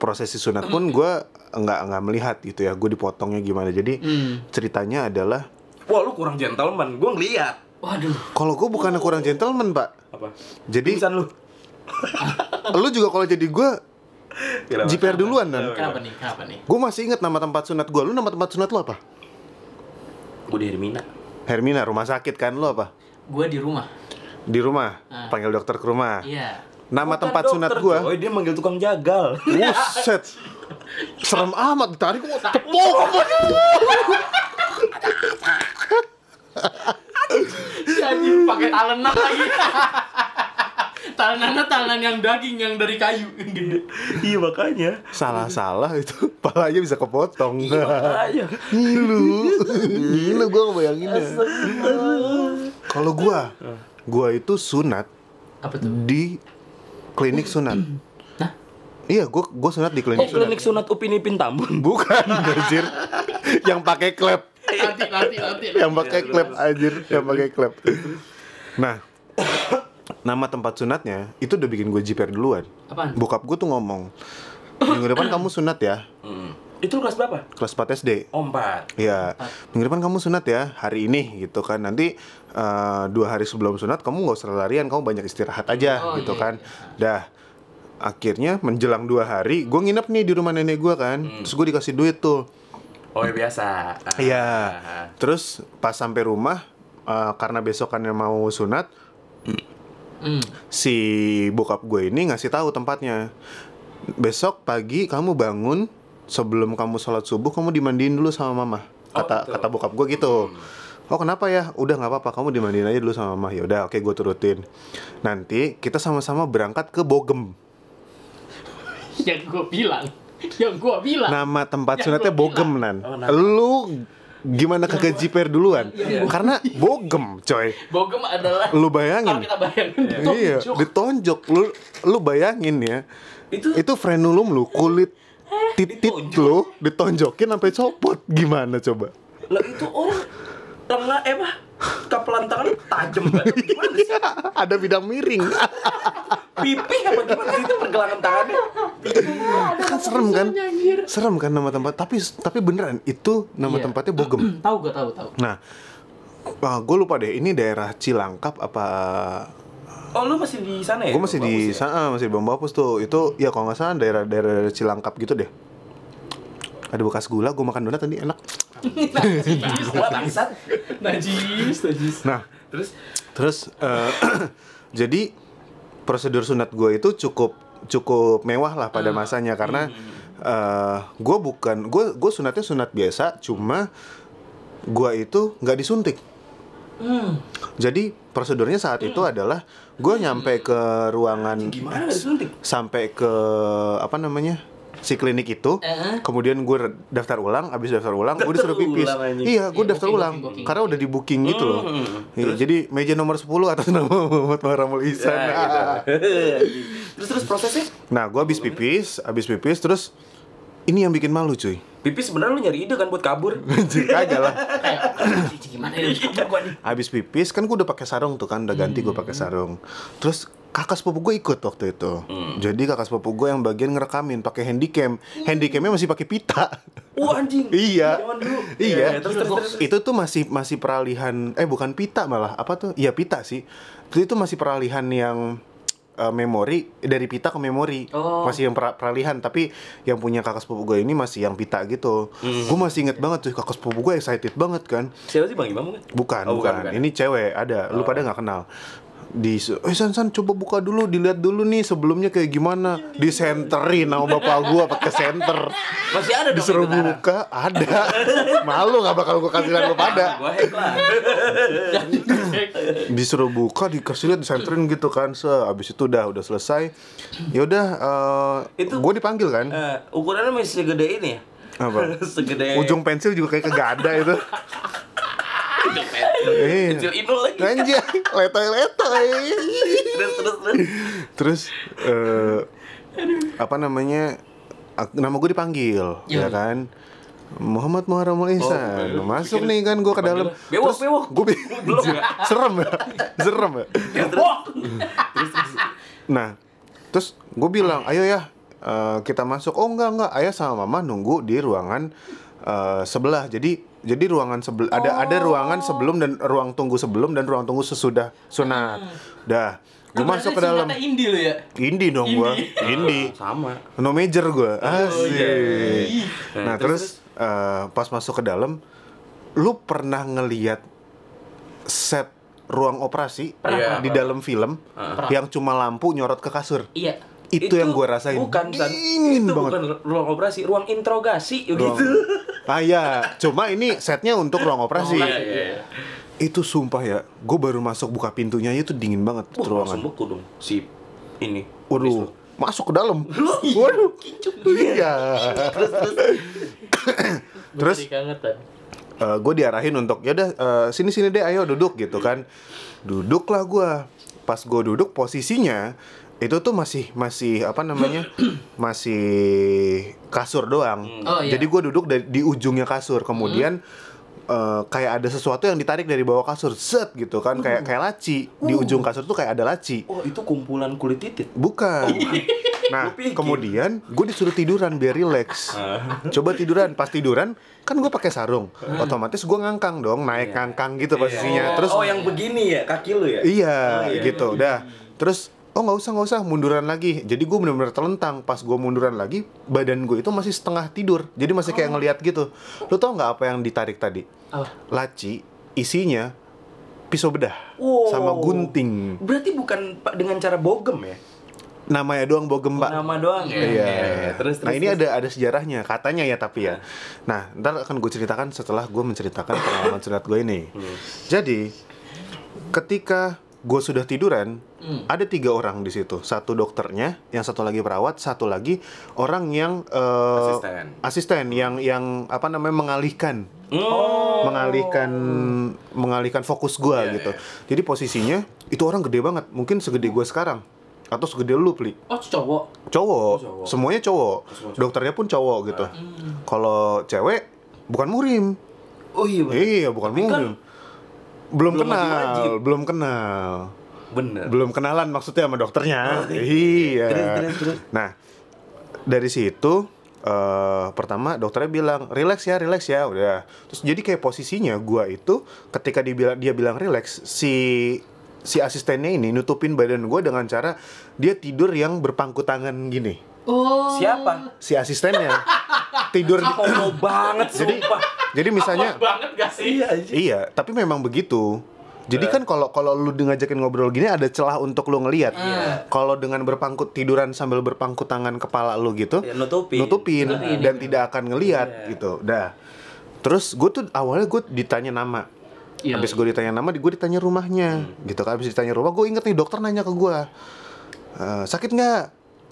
Speaker 1: prosesi sunat pun gue nggak nggak melihat gitu ya gue dipotongnya gimana jadi ceritanya adalah
Speaker 2: Wah lu kurang gentleman, gue ngeliat
Speaker 3: Waduh.
Speaker 1: kalau gue bukan kurang gentleman pak
Speaker 2: Apa?
Speaker 1: jadi
Speaker 2: Pingsan lu
Speaker 1: lu juga kalau jadi gue
Speaker 2: Kenapa?
Speaker 1: JPR duluan dan
Speaker 3: Kenapa nih? Kenapa nih?
Speaker 1: gue masih inget nama tempat sunat gue lu nama tempat sunat lu apa
Speaker 2: Gue di Hermina
Speaker 1: Hermina rumah sakit kan lu apa
Speaker 3: Gue di rumah.
Speaker 1: di rumah
Speaker 3: Ah.
Speaker 1: panggil dokter ke rumah
Speaker 3: Iya.
Speaker 1: nama
Speaker 2: Bukan
Speaker 1: tempat
Speaker 2: dokter,
Speaker 1: sunat gue
Speaker 2: coy. dia manggil tukang jagal *laughs*
Speaker 1: Buset. Serem amat ditarik gua tepok.
Speaker 3: Jadi Iya, pakai talenan lagi. *laughs* talenannya talenan yang daging yang dari kayu yang gede.
Speaker 2: Iya makanya
Speaker 1: Salah-salah itu *laughs* palanya bisa kepotong.
Speaker 2: Ayo
Speaker 1: Ngilu. Ngilu gua ngebayanginnya. Kalau gua,
Speaker 2: Ah.
Speaker 1: gua itu sunat
Speaker 3: Apa tuh?
Speaker 1: di klinik sunat.
Speaker 3: Nah.
Speaker 1: Iya, gua gua sunat di
Speaker 2: Oh
Speaker 1: klinik sunat.
Speaker 2: klinik sunat Upin Ipin Tambun
Speaker 1: Bukan, anjir. Yang pakai klep,
Speaker 3: Nanti nanti nanti.
Speaker 1: yang pakai
Speaker 3: Iya,
Speaker 1: klep anjir, yang pakai klep. Nah, nama tempat sunatnya itu udah bikin gue jiper duluan.
Speaker 3: Apaan?
Speaker 1: Bokap gue tuh ngomong Minggu depan kamu sunat ya
Speaker 2: Hmm. Itu kelas berapa?
Speaker 1: Kelas 4 SD
Speaker 2: Oh, Ompat
Speaker 1: Ya Minggu depan kamu sunat ya Hari ini gitu kan Nanti eh, Dua hari sebelum sunat Kamu nggak usah larian Kamu banyak istirahat aja
Speaker 3: Oh,
Speaker 1: Gitu
Speaker 3: iya,
Speaker 1: kan Dah
Speaker 3: Hmm.
Speaker 1: Akhirnya menjelang dua hari Gue nginep nih di rumah nenek gue kan Terus gue dikasih duit tuh
Speaker 6: Oh ya biasa. Ah.
Speaker 1: Iya. Terus pas sampai rumah eh, karena besokannya mau sunat
Speaker 3: Hmm,
Speaker 1: si bokap gue ini ngasih tahu tempatnya. Besok pagi kamu bangun sebelum kamu sholat subuh kamu dimandiin dulu sama mama.
Speaker 3: Oh,
Speaker 1: Kata kata bokap gue gitu.
Speaker 3: Hmm.
Speaker 1: Oh kenapa ya? Udah nggak apa-apa kamu dimandiin aja dulu sama mama. Ya udah oke gue turutin. Nanti kita sama-sama berangkat ke Bogem.
Speaker 3: yang gue bilang yang gue bilang
Speaker 1: Nama tempat
Speaker 3: Ya,
Speaker 1: sunatnya
Speaker 3: gua bilang. Oh,
Speaker 1: Bogem nan. Lu gimana kagak jiper duluan?
Speaker 3: Iya,
Speaker 1: Karena Bogem, coy.
Speaker 3: bogem adalah
Speaker 1: Lu
Speaker 3: kalau
Speaker 1: bayangin.
Speaker 3: kita bayangin itu
Speaker 1: Iya, ditonjok. Lu lu bayangin ya. Itu itu frenulum lu, kulit titit lu ditonjokin sampai copot. Gimana coba? *laughs*
Speaker 5: Lah itu
Speaker 2: oh,
Speaker 5: orang tengah eh mah kapelan tangan tajam banget. Gimana sih?
Speaker 1: *laughs* Ada bidang miring.
Speaker 5: Pipi apa gimana sih itu pergelangan tangannya?
Speaker 1: *laughs* kan serem kan? Serem kan nama tempat. Tapi tapi beneran itu nama
Speaker 3: Iya.
Speaker 1: tempatnya *clears throat* Bogem.
Speaker 3: *clears throat* tahu gue tahu tahu
Speaker 1: Nah, gue lupa deh ini daerah Cilangkap apa
Speaker 5: Oh lu masih di sana ya?
Speaker 1: gue masih di
Speaker 5: Bagus ya?
Speaker 1: sana masih di Eh, Bambu Hapus tuh itu ya kalau nggak salah daerah-daerah Cilangkap gitu deh ada bekas gula gue makan donat tadi enak
Speaker 5: Wah, bangsat.
Speaker 3: najis najis
Speaker 1: nah
Speaker 6: Terus
Speaker 1: terus eh, *clears throat* jadi prosedur sunat gue itu cukup cukup mewah lah pada masanya karena eh gue bukan gue gue sunatnya sunat biasa cuma gue itu nggak disuntik jadi prosedurnya saat itu adalah gue nyampe ke ruangan
Speaker 5: Gimana gak
Speaker 1: *laughs*
Speaker 5: disuntik?
Speaker 1: sampai ke apa namanya si klinik itu
Speaker 3: Eh.
Speaker 1: kemudian gue daftar ulang abis daftar ulang gue
Speaker 5: Uh-huh. Daftar
Speaker 1: disuruh pipis
Speaker 5: ulang, anjing.
Speaker 1: iya gue
Speaker 3: Iya,
Speaker 1: daftar
Speaker 3: booking,
Speaker 1: ulang
Speaker 3: booking, booking.
Speaker 1: karena udah di booking gitu loh
Speaker 5: Hmm.
Speaker 1: Iya, jadi meja nomor 10 atas *laughs* nama Muhammad Maramul Ihsan
Speaker 5: Nah,
Speaker 1: Ah.
Speaker 5: *laughs* gitu. terus terus prosesnya?
Speaker 1: nah gue abis pipis abis pipis terus ini yang bikin malu cuy
Speaker 5: Pipi sebenarnya lu nyari ide kan buat kabur?
Speaker 1: *laughs* Anjing, kagak lah
Speaker 3: kayak *clears throat* "Cici, gimana ya
Speaker 5: Kabur gua nih.
Speaker 1: abis pipis kan gue udah pakai sarung tuh kan udah ganti gue
Speaker 5: Hmm.
Speaker 1: pakai sarung terus kakak sepupu gue ikut waktu itu
Speaker 5: Hmm.
Speaker 1: jadi kakak sepupu gue yang bagian ngerekamin pakai handycam handycamnya masih pakai pita *laughs*
Speaker 5: Wah anjing.
Speaker 1: Iya.
Speaker 5: Zaman dulu. Ya,
Speaker 1: Iya.
Speaker 5: terus terus terus.
Speaker 1: Itu tuh masih masih peralihan eh bukan pita malah apa tuh? Iya pita sih. Itu itu masih peralihan yang eh, memori dari pita ke memori.
Speaker 5: Oh.
Speaker 1: Masih yang pra- peralihan tapi yang punya kakak sepupu gue ini masih yang pita gitu.
Speaker 5: Hmm.
Speaker 1: Gue masih inget banget tuh kakak sepupu gue excited banget kan.
Speaker 5: Siapa sih Bang Imam kan?
Speaker 1: Bukan,
Speaker 5: Oh,
Speaker 1: bukan, Ini cewek ada. Lu pada nggak kenal. Di eh San San coba buka dulu, dilihat dulu nih sebelumnya
Speaker 5: Iya,
Speaker 1: kayak gimana. Disenterin sama bapak gua pakai
Speaker 5: *laughs*
Speaker 1: senter.
Speaker 5: Masih ada dong
Speaker 1: Disuruh
Speaker 5: itu, Tara?
Speaker 1: buka,
Speaker 5: *laughs*
Speaker 1: ada. Malu nggak bakal gua kasih lihat lu pada.
Speaker 5: Gua hack lah.
Speaker 1: Disuruh buka, dikasih lihat, disenterin gitu kan. Se, abis itu udah udah selesai. Ya udah, eh,
Speaker 5: Itu-
Speaker 1: gua dipanggil kan.
Speaker 5: Eh, ukurannya masih segede ini ya?
Speaker 1: Apa?
Speaker 5: *laughs* segede
Speaker 1: Ujung pensil juga kayak kagak ada
Speaker 5: *laughs*
Speaker 1: itu. Iya.
Speaker 5: kecil inul lagi.
Speaker 1: Anjir, letoy-letoy.
Speaker 5: *laughs* Terus terus terus.
Speaker 1: Terus eh apa namanya? ak- Nama gue dipanggil, ya kan? Muhammad Muharramul Ihsan.
Speaker 5: Oh,
Speaker 1: Masuk nih kan gue ke dalam.
Speaker 5: Bewok, bewok.
Speaker 1: Gue bi-
Speaker 5: *laughs* Belum ya?
Speaker 1: *laughs* serem ya. Serem ya.
Speaker 3: Wah,
Speaker 1: Nah, terus gue bilang, "Ayo ya, eh, kita masuk." Oh, enggak, enggak. Ayah sama Mama nunggu di ruangan eh, sebelah. Jadi jadi ruangan sebel ada ada
Speaker 5: Oh.
Speaker 1: ruangan sebelum dan ruang tunggu sebelum dan ruang tunggu sesudah sunat.
Speaker 5: Hmm.
Speaker 1: Dah, gue
Speaker 5: Nah,
Speaker 3: lu
Speaker 1: masuk ke
Speaker 3: berarti
Speaker 1: dalam.
Speaker 3: sunatnya indi lu ya
Speaker 1: Indie dong gua, indie.
Speaker 5: Sama.
Speaker 1: No major gue, asik.
Speaker 5: Nah,
Speaker 1: Nah terus, eh, pas masuk ke dalam, lu pernah ngeliat set ruang operasi
Speaker 6: Pernah.
Speaker 1: di dalam film yang cuma lampu nyorot ke kasur?
Speaker 3: iya
Speaker 1: Itu, yang gue rasain.
Speaker 5: Bukan San.
Speaker 1: Dingin
Speaker 5: itu
Speaker 1: banget.
Speaker 5: bukan ruang operasi, ruang interogasi
Speaker 1: Ruang-
Speaker 5: gitu.
Speaker 1: Ah ya, cuma ini setnya untuk ruang operasi.
Speaker 6: Iya, iya, iya.
Speaker 1: Itu sumpah ya, gue baru masuk buka pintunya itu dingin banget
Speaker 5: Wah, langsung
Speaker 1: ruangan.
Speaker 5: beku dong si ini.
Speaker 1: Waduh, masuk ke dalam. Waduh, iya. Terus
Speaker 3: Jadi kangetan
Speaker 1: gue Eh, diarahin untuk ya udah sini sini deh ayo duduk gitu kan duduklah gue pas gue duduk posisinya itu tuh masih masih apa namanya *clears throat* masih kasur doang
Speaker 3: Oh, iya. Hmm.
Speaker 1: jadi gue duduk dari, di ujungnya kasur kemudian eh, kayak ada sesuatu yang ditarik dari bawah kasur set gitu kan kayak kayak laci di
Speaker 3: Uh.
Speaker 1: ujung kasur tuh kayak ada laci
Speaker 5: Wah, itu kumpulan kulit titit.
Speaker 3: Oh,
Speaker 1: Bukan.
Speaker 3: iya.
Speaker 1: Nah,
Speaker 5: Lu pikir. Ah.
Speaker 1: kemudian gue disuruh tiduran biar relax. Coba tiduran, pas tiduran kan gue pakai sarung. Otomatis gue ngangkang dong,
Speaker 5: Iya.
Speaker 1: naik ngangkang gitu *laughs* posisinya. Terus
Speaker 5: oh, yang begini ya kaki lu ya?
Speaker 1: iya, gitu. Udah. Terus oh nggak usah nggak usah munduran lagi jadi gue bener-bener telentang pas gue munduran lagi badan gue itu masih setengah tidur jadi masih
Speaker 5: Oh.
Speaker 1: kayak ngelihat gitu lo tau nggak apa yang ditarik tadi
Speaker 3: Apa?
Speaker 1: laci isinya pisau bedah
Speaker 5: Wow.
Speaker 1: sama gunting
Speaker 5: Berarti bukan pa- dengan cara bogem ya?
Speaker 1: namanya doang bogem pak
Speaker 5: Nama doang. ya?
Speaker 1: Iya.
Speaker 5: Terus terus.
Speaker 1: nah ini ada ada sejarahnya katanya ya tapi ya. Nah ntar akan gue ceritakan setelah gue menceritakan pengalaman sunat gue ini.
Speaker 5: Hmm.
Speaker 1: Jadi ketika gue sudah tiduran
Speaker 5: Hmm.
Speaker 1: ada tiga orang di situ satu dokternya yang satu lagi perawat satu lagi orang yang eh,
Speaker 2: Asisten.
Speaker 1: asisten yang yang apa namanya mengalihkan
Speaker 5: Oh. Iya,
Speaker 1: mengalihkan mengalihkan fokus gua gitu. Jadi posisinya itu orang gede banget, mungkin segede gua sekarang atau segede lu, Pli
Speaker 3: Oh cowok.
Speaker 1: cowok, semuanya cowok. Dokternya pun cowok gitu.
Speaker 5: Ah, iya.
Speaker 1: Kalau cewek bukan murim.
Speaker 5: Oh iya. bener.
Speaker 1: Iya, bukan
Speaker 5: Tapi kan
Speaker 1: murim. belum,
Speaker 5: belum
Speaker 1: kenal,
Speaker 5: wajib-wajib.
Speaker 1: belum kenal.
Speaker 5: Bener.
Speaker 1: Belum kenalan maksudnya sama dokternya. iya.
Speaker 5: Oh, Terus, terus, terus.
Speaker 1: Nah, dari situ eh pertama dokternya bilang relax ya, relax ya, udah. Terus jadi kayak posisinya gua itu ketika dibilang dia bilang relax, si si asistennya ini nutupin badan gua dengan cara dia tidur yang berpangku tangan gini.
Speaker 3: Oh.
Speaker 5: Siapa?
Speaker 1: Si asistennya tidur di-
Speaker 5: Homo banget
Speaker 1: jadi
Speaker 5: sumpah.
Speaker 1: jadi misalnya
Speaker 6: banget gak sih?
Speaker 5: Iya anjing.
Speaker 1: Iya, tapi memang begitu. Jadi kan kalau kalau lu di- ngajakin ngobrol gini ada celah untuk lu ngelihat. Kalau dengan berpangku tiduran sambil berpangku tangan kepala lu
Speaker 2: Iya.
Speaker 1: gitu,
Speaker 5: Ya, nutupin.
Speaker 1: nutupin dan tidak akan ngelihat gitu. Dah. Terus gue tuh awalnya gue ditanya nama.
Speaker 3: Iya.
Speaker 1: Habis gue ditanya nama, gue ditanya rumahnya. Gitu kan habis ditanya rumah, gue inget nih dokter nanya ke gue. "Eh, sakit nggak?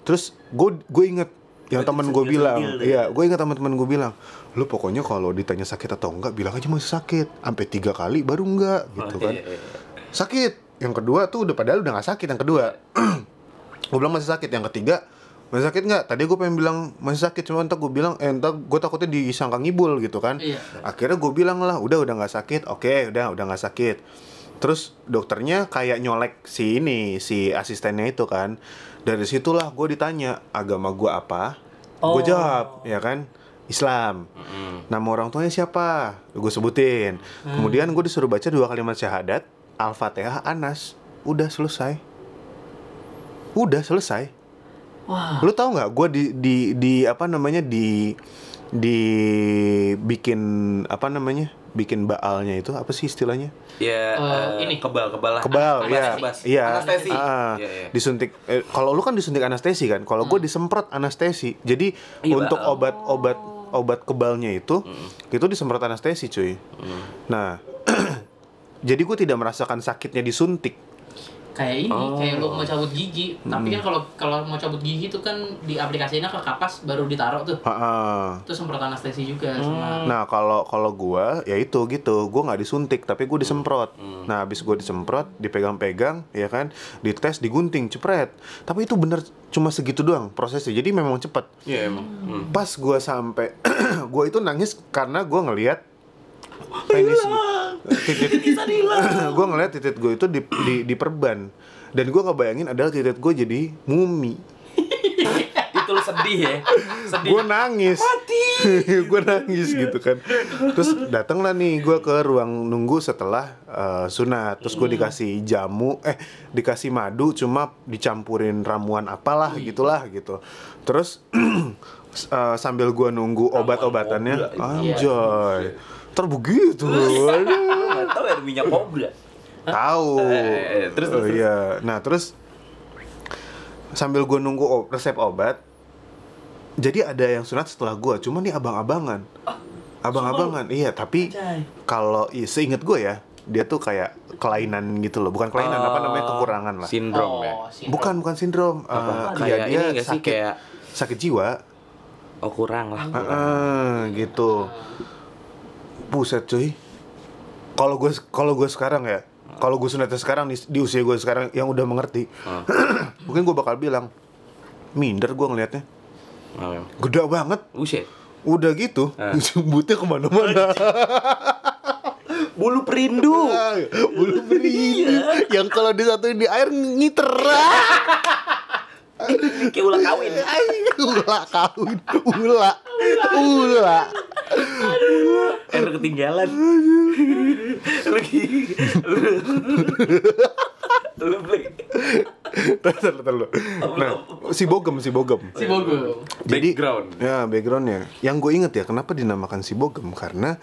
Speaker 1: Terus gue gue inget yang teman gue bilang, iya, gue ingat teman-teman gue bilang, lu pokoknya kalau ditanya sakit atau enggak bilang aja masih sakit, sampai tiga kali baru enggak
Speaker 2: Oh,
Speaker 1: gitu
Speaker 5: Iya,
Speaker 2: iya,
Speaker 1: kan, sakit. Yang kedua tuh udah padahal udah nggak sakit yang kedua, *clears throat* gue bilang masih sakit yang ketiga masih sakit nggak tadi gue pengen bilang masih sakit cuma entar gue bilang eh, entar gue takutnya disangka ngibul gitu kan
Speaker 3: Iya.
Speaker 1: akhirnya gue bilang lah udah udah nggak sakit oke udah udah nggak sakit terus dokternya kayak nyolek si ini si asistennya itu kan dari situlah gue ditanya agama gue apa
Speaker 5: Oh.
Speaker 1: gue jawab ya kan Islam
Speaker 5: Hmm.
Speaker 1: nama orang tuanya siapa gue sebutin kemudian gue disuruh baca dua kalimat syahadat al-fatihah anas udah selesai udah selesai.
Speaker 3: Wah.
Speaker 1: Lu tahu nggak? Gue di, di di apa namanya di di bikin apa namanya bikin baalnya itu apa sih istilahnya
Speaker 5: Ya
Speaker 3: Eh,
Speaker 5: eh,
Speaker 3: ini.
Speaker 5: kebal-kebal lah.
Speaker 1: kebal
Speaker 5: Kebas,
Speaker 1: ya
Speaker 5: kebas.
Speaker 1: iya
Speaker 2: Anestesi.
Speaker 1: Ah,
Speaker 2: Iya, iya. Hmm.
Speaker 1: disuntik eh, kalau lu kan disuntik anestesi kan kalau gue disemprot anestesi jadi
Speaker 5: Iya,
Speaker 1: untuk
Speaker 5: Bang.
Speaker 1: obat obat obat kebalnya itu
Speaker 2: Hmm.
Speaker 1: itu disemprot anestesi cuy nah *clears throat* jadi gue tidak merasakan sakitnya disuntik
Speaker 3: Kayak ini,
Speaker 5: Oh.
Speaker 3: kayak lo mau cabut gigi. Tapi kan kalau kalau mau cabut gigi tuh kan di aplikasinya ke kapas baru ditaruh tuh.
Speaker 1: Ah, ah.
Speaker 3: Itu semprot anestesi juga
Speaker 2: Hmm.
Speaker 3: sama.
Speaker 1: Nah, kalau kalau gua ya itu gitu. Gua nggak disuntik, tapi
Speaker 2: Hmm.
Speaker 1: gua disemprot. Nah, habis gua disemprot, dipegang-pegang, ya kan? Dites, digunting, cepret. Tapi itu bener cuma segitu doang prosesnya. Jadi memang cepet.
Speaker 2: Iya emang. Hmm.
Speaker 1: Pas gua sampai *clears throat* gua itu nangis karena gua ngelihat penis titik *clears throat* gua ngelihat titik gua itu di, di diperban. Dan gua ngebayangin adalah titik gua jadi mumi.
Speaker 5: Itu lu sedih ya. Sedih.
Speaker 1: gue nangis *laughs* gue nangis gitu kan terus datanglah nih gue ke ruang nunggu setelah eh, sunat terus gue dikasih jamu eh dikasih madu cuma dicampurin ramuan apalah gitulah gitu terus *clears throat* eh, sambil gue nunggu obat-obatannya anjay ter begitu Waduh.
Speaker 5: Nggak Tahu ya minyak kobra.
Speaker 1: tahu
Speaker 2: Eh, terus,
Speaker 1: Oh, iya nah terus sambil gue nunggu o- resep obat jadi ada yang sunat setelah gue cuma nih abang-abangan abang-abangan iya tapi kalau i- seinget gue ya dia tuh kayak kelainan gitu loh bukan kelainan apa namanya kekurangan lah
Speaker 5: Sindrom ya.
Speaker 3: Oh, sindrom.
Speaker 1: bukan bukan sindrom Eh,
Speaker 5: Kayak
Speaker 1: iya,
Speaker 5: ini
Speaker 1: dia
Speaker 5: nggak sih,
Speaker 1: sakit
Speaker 5: kayak-
Speaker 1: sakit jiwa
Speaker 5: Oh kurang lah.
Speaker 1: Heeh,
Speaker 5: kurang.
Speaker 1: gitu. Buset cuy. Kalau gue kalau gue sekarang ya, kalau gue sunatnya sekarang di, di usia gue sekarang yang udah mengerti, *clears throat* mungkin gue bakal bilang minder gue ngelihatnya.
Speaker 5: Oh, iya.
Speaker 1: Gede banget.
Speaker 5: Buset.
Speaker 1: Udah gitu, *laughs* jembutnya kemana-mana.
Speaker 5: Bulu perindu.
Speaker 1: Bulu berindu yang kalau disatuin di air ngiter.
Speaker 5: Kayak ulang kawin.
Speaker 1: ula kawin, ula, ula.
Speaker 5: Air ketinggalan. lu lu lu beli.
Speaker 1: Bentar, bentar dulu. Nah, si Bogem, si Bogem.
Speaker 3: Si Bogum.
Speaker 1: Jadi-
Speaker 2: Background.
Speaker 1: Ya, backgroundnya. Yang gue inget ya, kenapa dinamakan si Bogem? Karena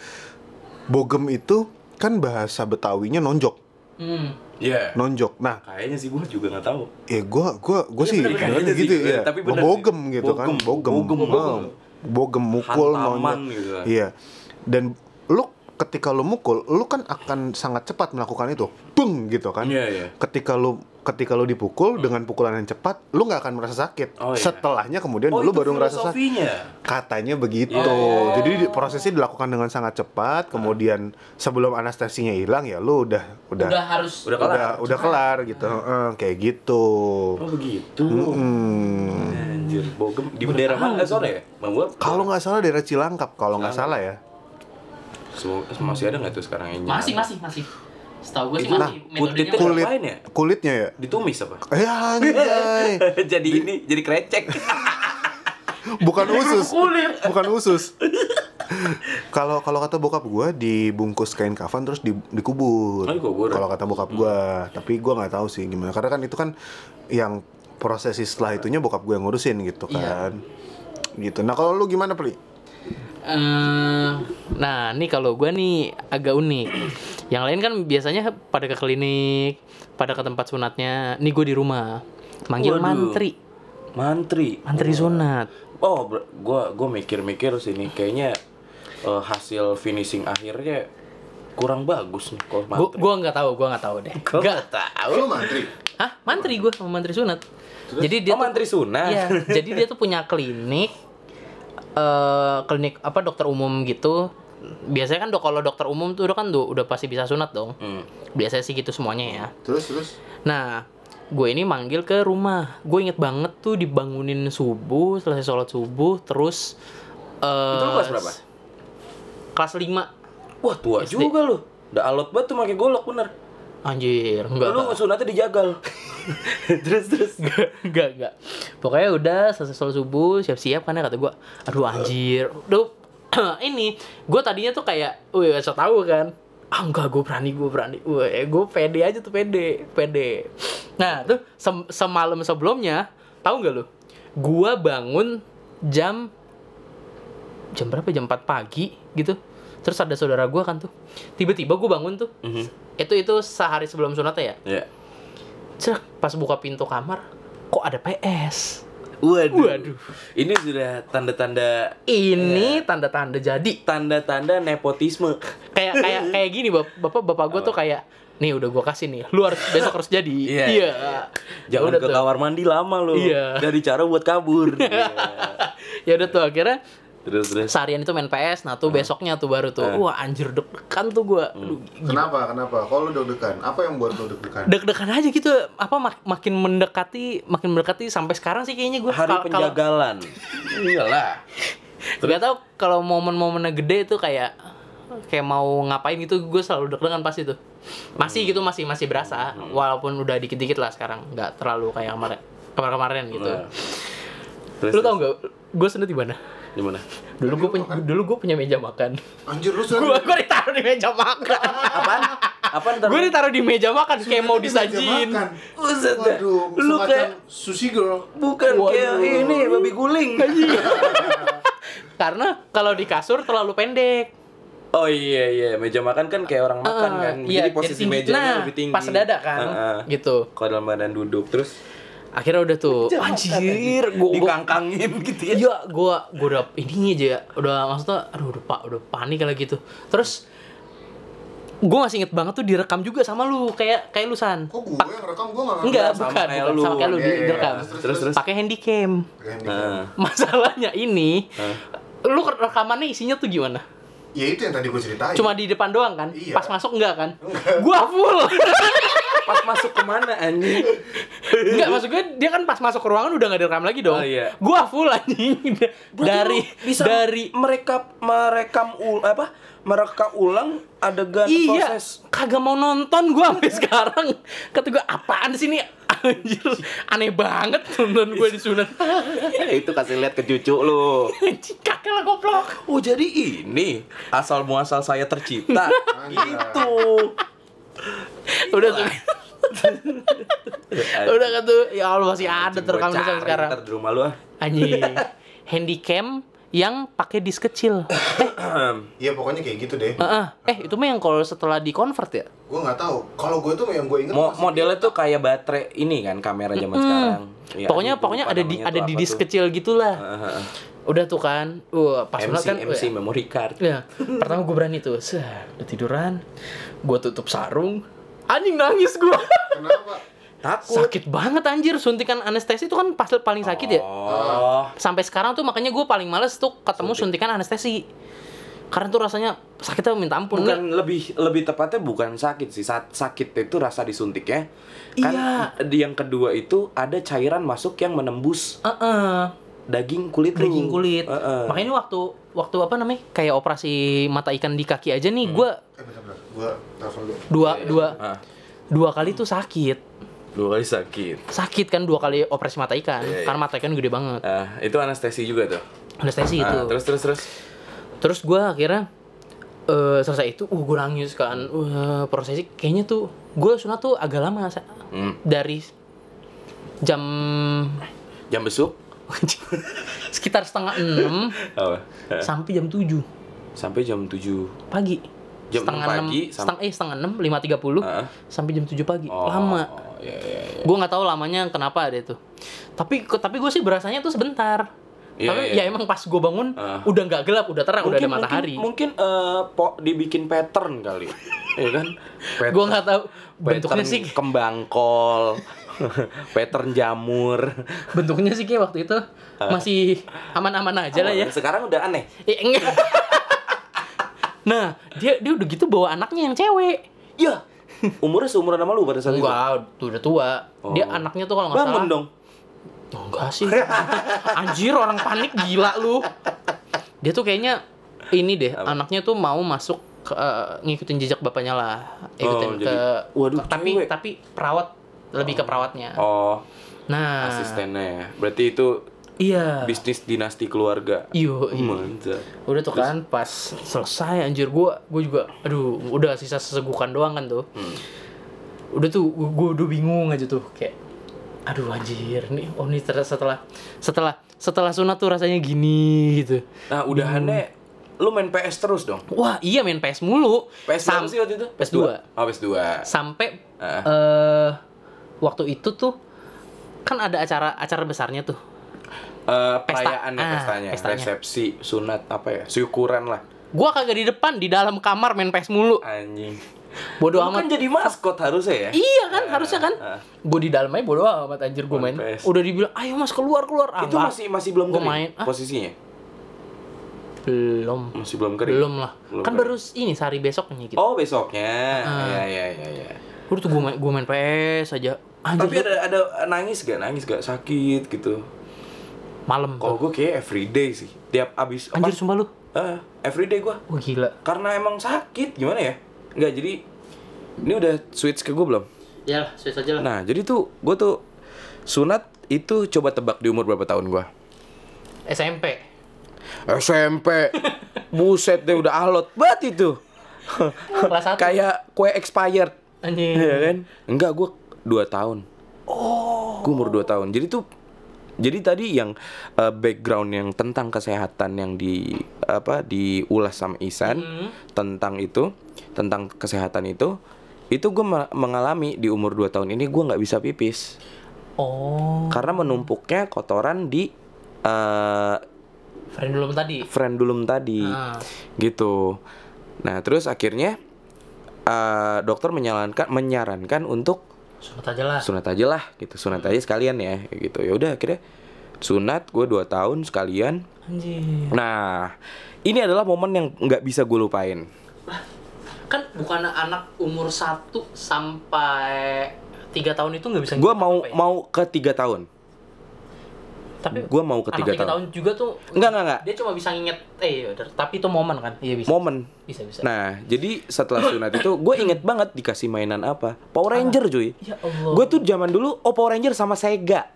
Speaker 1: Bogem itu kan bahasa Betawinya nonjok.
Speaker 3: Hmm.
Speaker 2: Iya.
Speaker 1: Nonjok. Nah,
Speaker 2: Kayaknya sih gua juga nggak tahu.
Speaker 1: ya gue gua gua
Speaker 2: Iya,
Speaker 1: sih
Speaker 2: bener,
Speaker 1: beneran
Speaker 2: kayaknya
Speaker 1: gitu
Speaker 2: sih.
Speaker 1: ya.
Speaker 2: Tapi bener
Speaker 1: Bogem
Speaker 2: sih.
Speaker 1: gitu kan,
Speaker 2: Bogem.
Speaker 1: Bogem.
Speaker 2: Bogem,
Speaker 1: Ah,
Speaker 2: Bogem.
Speaker 1: Bogem mukul
Speaker 2: Hantaman
Speaker 1: nonjok.
Speaker 2: gitu kan.
Speaker 1: Iya. Dan lu ketika lu mukul, lu kan akan sangat cepat melakukan itu. Beng gitu kan.
Speaker 2: Iya, iya.
Speaker 1: Ketika lu ketika lu dipukul dengan pukulan yang cepat, lu nggak akan merasa sakit.
Speaker 2: Oh, iya.
Speaker 1: Setelahnya kemudian lu
Speaker 2: Oh, itu
Speaker 1: baru ngerasa sakit.
Speaker 2: filosofinya.
Speaker 1: Katanya begitu.
Speaker 2: Oh.
Speaker 1: Jadi di- prosesnya dilakukan dengan sangat cepat. Kemudian sebelum anestesinya hilang ya lu udah udah
Speaker 3: Udah harus
Speaker 2: Udah
Speaker 1: udah
Speaker 2: kelar. Iya.
Speaker 1: udah kelar gitu. Heeh, kayak gitu.
Speaker 2: Oh begitu.
Speaker 1: Mm-mm.
Speaker 2: Anjir, bogem di daerah mana sore ya? Bang gua
Speaker 1: Kalau nggak salah daerah Cilangkap kalau nggak salah ya.
Speaker 2: Semoga- masih ada nggak tuh sekarang ini?
Speaker 3: masih masih masih. Setahu gue sih
Speaker 2: Itu
Speaker 3: masih
Speaker 2: kulit
Speaker 3: metodenya
Speaker 2: kulit
Speaker 1: Kulit
Speaker 2: ya?
Speaker 1: kulitnya ya.
Speaker 2: Ditumis apa?
Speaker 1: Eh anjay.
Speaker 2: *laughs* jadi ini jadi
Speaker 3: *laughs*
Speaker 2: krecek.
Speaker 1: Bukan usus. Bukan usus. Kalau kalau kata bokap gua dibungkus kain kafan terus di- dikubur.
Speaker 2: Oh, dikubur.
Speaker 1: Kalau kata bokap gua, tapi gua nggak tahu sih gimana. Karena kan itu kan yang prosesi setelah itunya bokap gua yang ngurusin gitu
Speaker 3: Iya.
Speaker 1: kan. Gitu. Nah, kalau lu gimana, Pli?
Speaker 3: Eh, nah, nih kalau gue nih agak unik. Yang lain kan biasanya pada ke klinik, pada ke tempat sunatnya. Nih gue di rumah, manggil
Speaker 2: Waduh.
Speaker 3: mantri,
Speaker 2: Mantri.
Speaker 3: mantri sunat.
Speaker 2: Oh, bro, gua gua mikir-mikir sini kayaknya eh, hasil finishing akhirnya kurang bagus nih kalau
Speaker 3: Gue
Speaker 2: mantri.
Speaker 3: gue nggak tahu, gue nggak tahu deh.
Speaker 2: Gua
Speaker 3: Nggak.
Speaker 2: nggak tahu.
Speaker 1: Lu mantri.
Speaker 3: Hah, mantri gue sama mantri sunat. Jadi
Speaker 2: oh,
Speaker 3: dia
Speaker 2: mantri sunat. *laughs*
Speaker 3: Iya, jadi dia tuh punya klinik eh klinik apa dokter umum gitu. Biasanya kan do- kalau dokter umum tuh udah kan do- udah pasti bisa sunat dong.
Speaker 2: Hmm.
Speaker 3: Biasanya sih gitu semuanya ya.
Speaker 1: Terus terus.
Speaker 3: Nah, gue ini manggil ke rumah. Gue inget banget tuh dibangunin subuh, selesai sholat subuh, terus eh
Speaker 2: Itu lu kelas berapa?
Speaker 3: Kelas 5.
Speaker 2: Wah, tua
Speaker 3: SD.
Speaker 2: juga lu. Udah alot banget tuh pakai golok bener.
Speaker 3: Anjir, enggak.
Speaker 2: Lu sunatnya dijagal. *laughs* terus terus.
Speaker 3: enggak, enggak, enggak. Pokoknya udah selesai sholat subuh, siap-siap karena kata gue, aduh anjir, aduh *clears throat* ini, gue tadinya tuh kayak, wih so tau kan, ah enggak gue berani gue berani, wah gue pede aja tuh pede, pede. Nah tuh sem- semalam sebelumnya, tahu nggak lu? Gue bangun jam jam berapa jam 4 pagi gitu terus ada saudara gue kan tuh tiba-tiba gue bangun tuh
Speaker 2: Mhm.
Speaker 3: itu itu sehari sebelum sunatnya ya
Speaker 2: Ya.
Speaker 3: Cek, pas buka pintu kamar, kok ada PS?
Speaker 2: Waduh.
Speaker 3: Waduh.
Speaker 2: Ini sudah tanda-tanda
Speaker 3: Ini
Speaker 2: Iya.
Speaker 3: tanda-tanda jadi.
Speaker 2: tanda-tanda nepotisme.
Speaker 3: Kayak kayak
Speaker 2: *laughs*
Speaker 3: kayak gini, Bap- Bapak bapak gue tuh kayak nih udah gua kasih nih. Lu harus besok harus jadi.
Speaker 2: *laughs* Iya.
Speaker 3: Iya.
Speaker 2: Jangan
Speaker 3: Udah
Speaker 2: ke
Speaker 3: tuh.
Speaker 2: kamar mandi lama lu.
Speaker 3: Iya.
Speaker 2: Dari cara buat
Speaker 3: *laughs*
Speaker 2: kabur. Iya.
Speaker 3: *laughs* Ya udah tuh akhirnya
Speaker 2: Terus terus.
Speaker 3: seharian itu main PS, nah tuh besoknya tuh baru tuh. Wah, anjir deg-degan tuh gua.
Speaker 2: Hmm.
Speaker 3: Aduh,
Speaker 1: Kenapa? Kenapa? Kalau lu deg-degan, kan? apa yang buat lu deg-degan?
Speaker 3: deg-degan aja gitu apa mak- makin mendekati makin mendekati sampai sekarang sih kayaknya gue
Speaker 2: Hari penjagalan. Iyalah.
Speaker 3: Gak tau kalau momen-momennya gede itu kayak kayak mau ngapain gitu gue selalu deg-degan pasti tuh. Masih
Speaker 2: Hmm.
Speaker 3: gitu masih masih berasa walaupun udah dikit-dikit lah sekarang nggak terlalu kayak kemarin kemarin-kemarin gitu.
Speaker 2: Nah. Terus,
Speaker 3: Lu tau nggak gue seneng di mana?
Speaker 2: Di mana?
Speaker 3: Dulu gue punya dulu gue punya meja makan.
Speaker 1: Anjir lu
Speaker 3: Gue gue ditaruh di meja makan.
Speaker 2: Apaan? Apaan
Speaker 3: gue ditaruh di meja makan kayak mau
Speaker 1: Di meja
Speaker 3: disajiin.
Speaker 1: makan.
Speaker 2: Buset dah.
Speaker 1: Waduh,
Speaker 2: Lu
Speaker 1: semacam
Speaker 2: kayak-
Speaker 1: sushi girl.
Speaker 2: Bukan kayak
Speaker 1: Waduh.
Speaker 2: ini babi
Speaker 3: *laughs*
Speaker 2: guling.
Speaker 3: Iya. Karena kalau di kasur terlalu pendek.
Speaker 2: Oh iya iya, meja makan kan kayak orang makan
Speaker 3: Eh,
Speaker 2: kan.
Speaker 3: iya,
Speaker 2: jadi posisi
Speaker 3: tinggi.
Speaker 2: mejanya
Speaker 3: Nah,
Speaker 2: lebih tinggi.
Speaker 3: Pas dada kan.
Speaker 2: Heeh.
Speaker 3: Gitu.
Speaker 2: Kalau dalam badan duduk terus
Speaker 3: Akhirnya udah tuh anjir gue
Speaker 2: dikangkangin gitu ya.
Speaker 3: Iya, gua gua udah ini aja ya. Udah maksudnya aduh udah pak udah panik kalau gitu. Terus gua masih inget banget tuh direkam juga sama lu kayak kayak lu san.
Speaker 1: Kok gue yang rekam gue nggak
Speaker 3: Enggak,
Speaker 2: sama
Speaker 3: bukan,
Speaker 2: kayak
Speaker 3: bukan
Speaker 2: lu.
Speaker 3: sama kayak lu
Speaker 1: Iya, iya,
Speaker 3: direkam.
Speaker 1: iya.
Speaker 2: Terus terus.
Speaker 3: Pakai handycam. *laughs*
Speaker 1: rekam.
Speaker 2: Nah,
Speaker 3: Masalahnya ini
Speaker 2: Hah?
Speaker 3: lu rekamannya isinya tuh gimana?
Speaker 1: Ya itu yang tadi gue ceritain.
Speaker 3: Cuma di depan doang kan?
Speaker 1: Iya.
Speaker 3: Pas masuk enggak kan? Gua full.
Speaker 1: *laughs*
Speaker 2: pas masuk kemana anjing?
Speaker 3: enggak maksud gue dia kan pas masuk ke ruangan udah enggak direkam lagi dong.
Speaker 2: Oh, iya.
Speaker 3: Gua full anjing.
Speaker 2: Berarti
Speaker 3: dari
Speaker 2: lu bisa
Speaker 3: dari
Speaker 2: mereka merekam ul apa mereka ulang adegan
Speaker 3: Iya,
Speaker 2: proses
Speaker 3: kagak mau nonton gua sampai *laughs* sekarang. Kata gua apaan sih ini? Anjir, aneh banget nonton gua disunat.
Speaker 2: Eh, itu kasih lihat ke cucu lu
Speaker 3: Anjing, Kakek lah goblok.
Speaker 2: oh jadi ini *laughs* asal muasal saya tercipta gitu
Speaker 3: Udah tuh. Udah kan tuh, ya Allah masih ada terekam
Speaker 2: Gua
Speaker 3: sampai
Speaker 2: cari
Speaker 3: sekarang.
Speaker 2: ntar di rumah lu ah.
Speaker 3: Anjing.
Speaker 2: *laughs*
Speaker 3: Handycam yang pakai disk
Speaker 2: *coughs*
Speaker 3: kecil. Eh,
Speaker 1: Iya pokoknya kayak gitu deh.
Speaker 3: eh, eh. eh itu mah yang kalau setelah di convert ya?
Speaker 1: Gue nggak tahu. Kalau gue tuh yang gue inget
Speaker 2: Mo-
Speaker 1: masih-
Speaker 2: modelnya tuh kayak baterai ini kan kamera zaman sekarang. Ya,
Speaker 3: pokoknya
Speaker 2: aduh, gua
Speaker 3: pokoknya
Speaker 2: lupa
Speaker 3: ada di
Speaker 2: namanya
Speaker 3: ada
Speaker 2: tuh
Speaker 3: di
Speaker 2: apa
Speaker 3: disk
Speaker 2: tuh. Ah.
Speaker 3: kecil gitulah.
Speaker 2: Heeh.
Speaker 3: Udah tuh kan. Wah, pas banget
Speaker 2: MC
Speaker 3: kan.
Speaker 2: MC memory card.
Speaker 3: Ya, pertama gue berani tuh. Sah, udah tiduran. Gue tutup sarung. Anjing nangis
Speaker 2: *laughs*
Speaker 3: gue.
Speaker 1: Kenapa?
Speaker 2: Takut.
Speaker 3: sakit banget anjir suntikan anestesi itu kan pas paling sakit ya.
Speaker 2: Oh.
Speaker 3: Sampai sekarang tuh makanya gue paling males tuh ketemu suntikan anestesi. Karena tuh rasanya sakitnya minta ampun.
Speaker 2: Bukan lebih lebih tepatnya bukan sakit sih. Sa- sakit itu rasa disuntik ya. Kan
Speaker 3: Iya.
Speaker 2: di- yang kedua itu ada cairan masuk yang menembus
Speaker 3: Heeh,
Speaker 2: daging kulit lu.
Speaker 3: daging kulit.
Speaker 2: Heeh.
Speaker 3: Makanya ini waktu waktu apa namanya? Kayak operasi mata ikan di kaki aja
Speaker 2: Hmm.
Speaker 3: nih, gue
Speaker 1: Eh bentar-bentar. Gue telepon dulu.
Speaker 3: dua dua
Speaker 2: Ah,
Speaker 3: dua kali tuh sakit.
Speaker 2: dua kali sakit.
Speaker 3: Sakit kan dua kali operasi mata ikan.
Speaker 2: Iya,
Speaker 3: Karena mata ikan gede banget.
Speaker 2: Ah, itu anestesi juga tuh.
Speaker 3: Anestesi
Speaker 2: Ah,
Speaker 3: itu.
Speaker 2: terus terus terus.
Speaker 3: Terus gue akhirnya eh selesai itu, uh gue nangis kan. Wah, prosesnya kayaknya tuh gue sunat tuh agak lama Sa.
Speaker 2: Hmm.
Speaker 3: dari jam *laughs*
Speaker 2: Jam besuk.
Speaker 3: sekitar setengah enam
Speaker 2: Apa? Eh,
Speaker 3: sampai jam tujuh
Speaker 2: Sampai jam 7.
Speaker 3: pagi.
Speaker 2: Jam
Speaker 3: setengah
Speaker 2: 6
Speaker 3: enam,
Speaker 2: pagi sam-
Speaker 3: setengah eh setengah enam lima tiga puluh
Speaker 2: Heeh.
Speaker 3: sampai jam tujuh pagi lama.
Speaker 2: Oh, iya, iya, iya.
Speaker 3: Gue nggak tahu lamanya kenapa ada itu. Tapi tapi gue sih berasanya tuh sebentar.
Speaker 2: Iya,
Speaker 3: tapi
Speaker 2: iya.
Speaker 3: ya emang pas gue bangun
Speaker 2: Ah.
Speaker 3: udah nggak gelap, udah terang, udah ada matahari.
Speaker 2: Mungkin, mungkin eh, po- dibikin pattern
Speaker 3: *laughs*
Speaker 2: kali. ya kan? Pattern-
Speaker 3: Gue nggak tahu
Speaker 2: pattern
Speaker 3: bentuknya sih
Speaker 2: kembang kol. *laughs* pattern jamur.
Speaker 3: bentuknya sih kayak waktu itu
Speaker 2: Ah.
Speaker 3: masih aman-aman aja lah ya.
Speaker 2: Sekarang udah aneh.
Speaker 3: Eh, enggak. *laughs* nah, dia dia udah gitu bawa anaknya yang cewek.
Speaker 2: Ya. Umurnya seumuran sama lu pada saat itu.
Speaker 3: Enggak, tuh udah tua. Dia
Speaker 2: Oh.
Speaker 3: anaknya tuh kalau nggak
Speaker 2: Bangun
Speaker 3: salah.
Speaker 2: dong.
Speaker 3: Oh, enggak sih. Anjir, orang panik gila lu. Dia tuh kayaknya ini deh, anaknya tuh mau masuk ke- eh, ngikutin jejak bapaknya lah. Ikutin
Speaker 2: Oh,
Speaker 3: ke
Speaker 2: jadi- waduh,
Speaker 3: tapi
Speaker 2: cewek.
Speaker 3: tapi perawat lebih ke perawatnya.
Speaker 2: Oh,
Speaker 3: Nah,
Speaker 2: asistennya ya. Berarti itu
Speaker 3: Iya.
Speaker 2: bisnis dinasti keluarga.
Speaker 3: Iyo,
Speaker 2: Mantap.
Speaker 3: udah tuh kan pas selesai anjir gua gua juga aduh udah sisa sesegukan doang kan tuh
Speaker 2: Hmm.
Speaker 3: udah tuh gua, gua udah bingung aja tuh kayak aduh anjir nih oh nih ter- setelah setelah setelah sunat tuh rasanya gini gitu
Speaker 2: Nah, udahannya
Speaker 3: Hmm.
Speaker 2: lu main PS terus dong.
Speaker 3: wah iya main PS mulu
Speaker 2: PS berapa
Speaker 3: Sam-
Speaker 2: sih waktu itu?
Speaker 3: PS2
Speaker 2: Oh, PS2.
Speaker 3: sampai
Speaker 2: Ah.
Speaker 3: eh waktu itu tuh kan ada acara acara besarnya tuh
Speaker 2: Eh,
Speaker 3: Pesta.
Speaker 2: perayaannya,
Speaker 3: Ah,
Speaker 2: pestanya.
Speaker 3: pestanya.
Speaker 2: resepsi, sunat apa ya? Syukuran lah.
Speaker 3: gua kagak di depan di dalam kamar main PS mulu
Speaker 2: Anjing.
Speaker 3: bodoh
Speaker 2: Lu
Speaker 3: amat
Speaker 2: kan jadi maskot harusnya ya?
Speaker 3: Iya kan, harusnya kan.
Speaker 2: ah.
Speaker 3: Gue di dalamnya bodo amat anjir gue main.
Speaker 2: One Piece.
Speaker 3: Udah dibilang, ayo mas keluar keluar. Ah,
Speaker 2: Itu
Speaker 3: nggak.
Speaker 2: masih masih belum
Speaker 3: Gua
Speaker 2: kering
Speaker 3: main. Ah.
Speaker 2: posisinya.
Speaker 3: belum,
Speaker 2: Masih belum kering.
Speaker 3: belum lah.
Speaker 2: Belum
Speaker 3: kan
Speaker 2: kering.
Speaker 3: baru ini sehari besoknya gitu.
Speaker 2: Oh, besoknya.
Speaker 3: Ah.
Speaker 2: Ya ya ya ya.
Speaker 3: Udah tuh gue main, gue main PS aja. Anjir,
Speaker 2: Tapi
Speaker 3: gua-
Speaker 2: ada ada nangis gak? Nangis gak sakit gitu.
Speaker 3: malam.
Speaker 2: Kalau
Speaker 3: tuh.
Speaker 2: gue kayak everyday sih. Tiap abis apa?
Speaker 3: Anjir sumpah lu.
Speaker 2: Eh, everyday gue.
Speaker 3: Wah gila.
Speaker 2: Karena emang sakit gimana ya? Enggak, jadi ini udah switch ke gue belum?
Speaker 3: Ya lah, switch aja
Speaker 2: Nah, jadi tuh gue tuh sunat itu coba tebak di umur berapa tahun gua?
Speaker 3: SMP. *laughs*
Speaker 2: SMP. Buset deh udah alot banget itu.
Speaker 3: Kelas 1.
Speaker 2: Kayak kue expired.
Speaker 3: Anjir.
Speaker 2: Iya kan? Enggak, gua 2 tahun. Oh. Gua umur 2 tahun. Jadi tuh jadi tadi yang uh, background yang tentang kesehatan yang di apa diulas sama Isan tentang itu, tentang kesehatan itu, itu gue mengalami di umur 2 tahun ini gua nggak bisa pipis.
Speaker 3: Oh,
Speaker 2: karena menumpuknya kotoran di eh,
Speaker 3: friend belum tadi.
Speaker 2: frendulum tadi
Speaker 3: Ah.
Speaker 2: gitu nah terus akhirnya eh, dokter menyarankan menyarankan untuk
Speaker 3: Sunat aja lah.
Speaker 2: sunat aja lah gitu sunat
Speaker 3: Hmm.
Speaker 2: aja sekalian ya kayak gitu ya udah akhirnya sunat gue 2 tahun sekalian
Speaker 3: Anjir.
Speaker 2: nah ini adalah momen yang nggak bisa gue lupain
Speaker 3: Kan bukan anak umur 1 sampai 3 tahun itu nggak bisa ya?
Speaker 2: gue mau
Speaker 3: ngapa-ngapain.
Speaker 2: mau ke tiga tahun
Speaker 3: Tapi
Speaker 2: gue mau ke tiga
Speaker 3: anak tiga
Speaker 2: tahun
Speaker 3: tahun juga tuh
Speaker 2: Enggak, enggak, enggak.
Speaker 3: dia cuma bisa nginget eh yaudah. tapi itu momen kan iya bisa
Speaker 2: momen
Speaker 3: bisa bisa
Speaker 2: Nah, jadi setelah sunat itu gue inget banget dikasih mainan apa? Power Ranger, cuy.
Speaker 3: Ya Allah.
Speaker 2: Gue tuh zaman dulu oh Power Ranger sama Sega.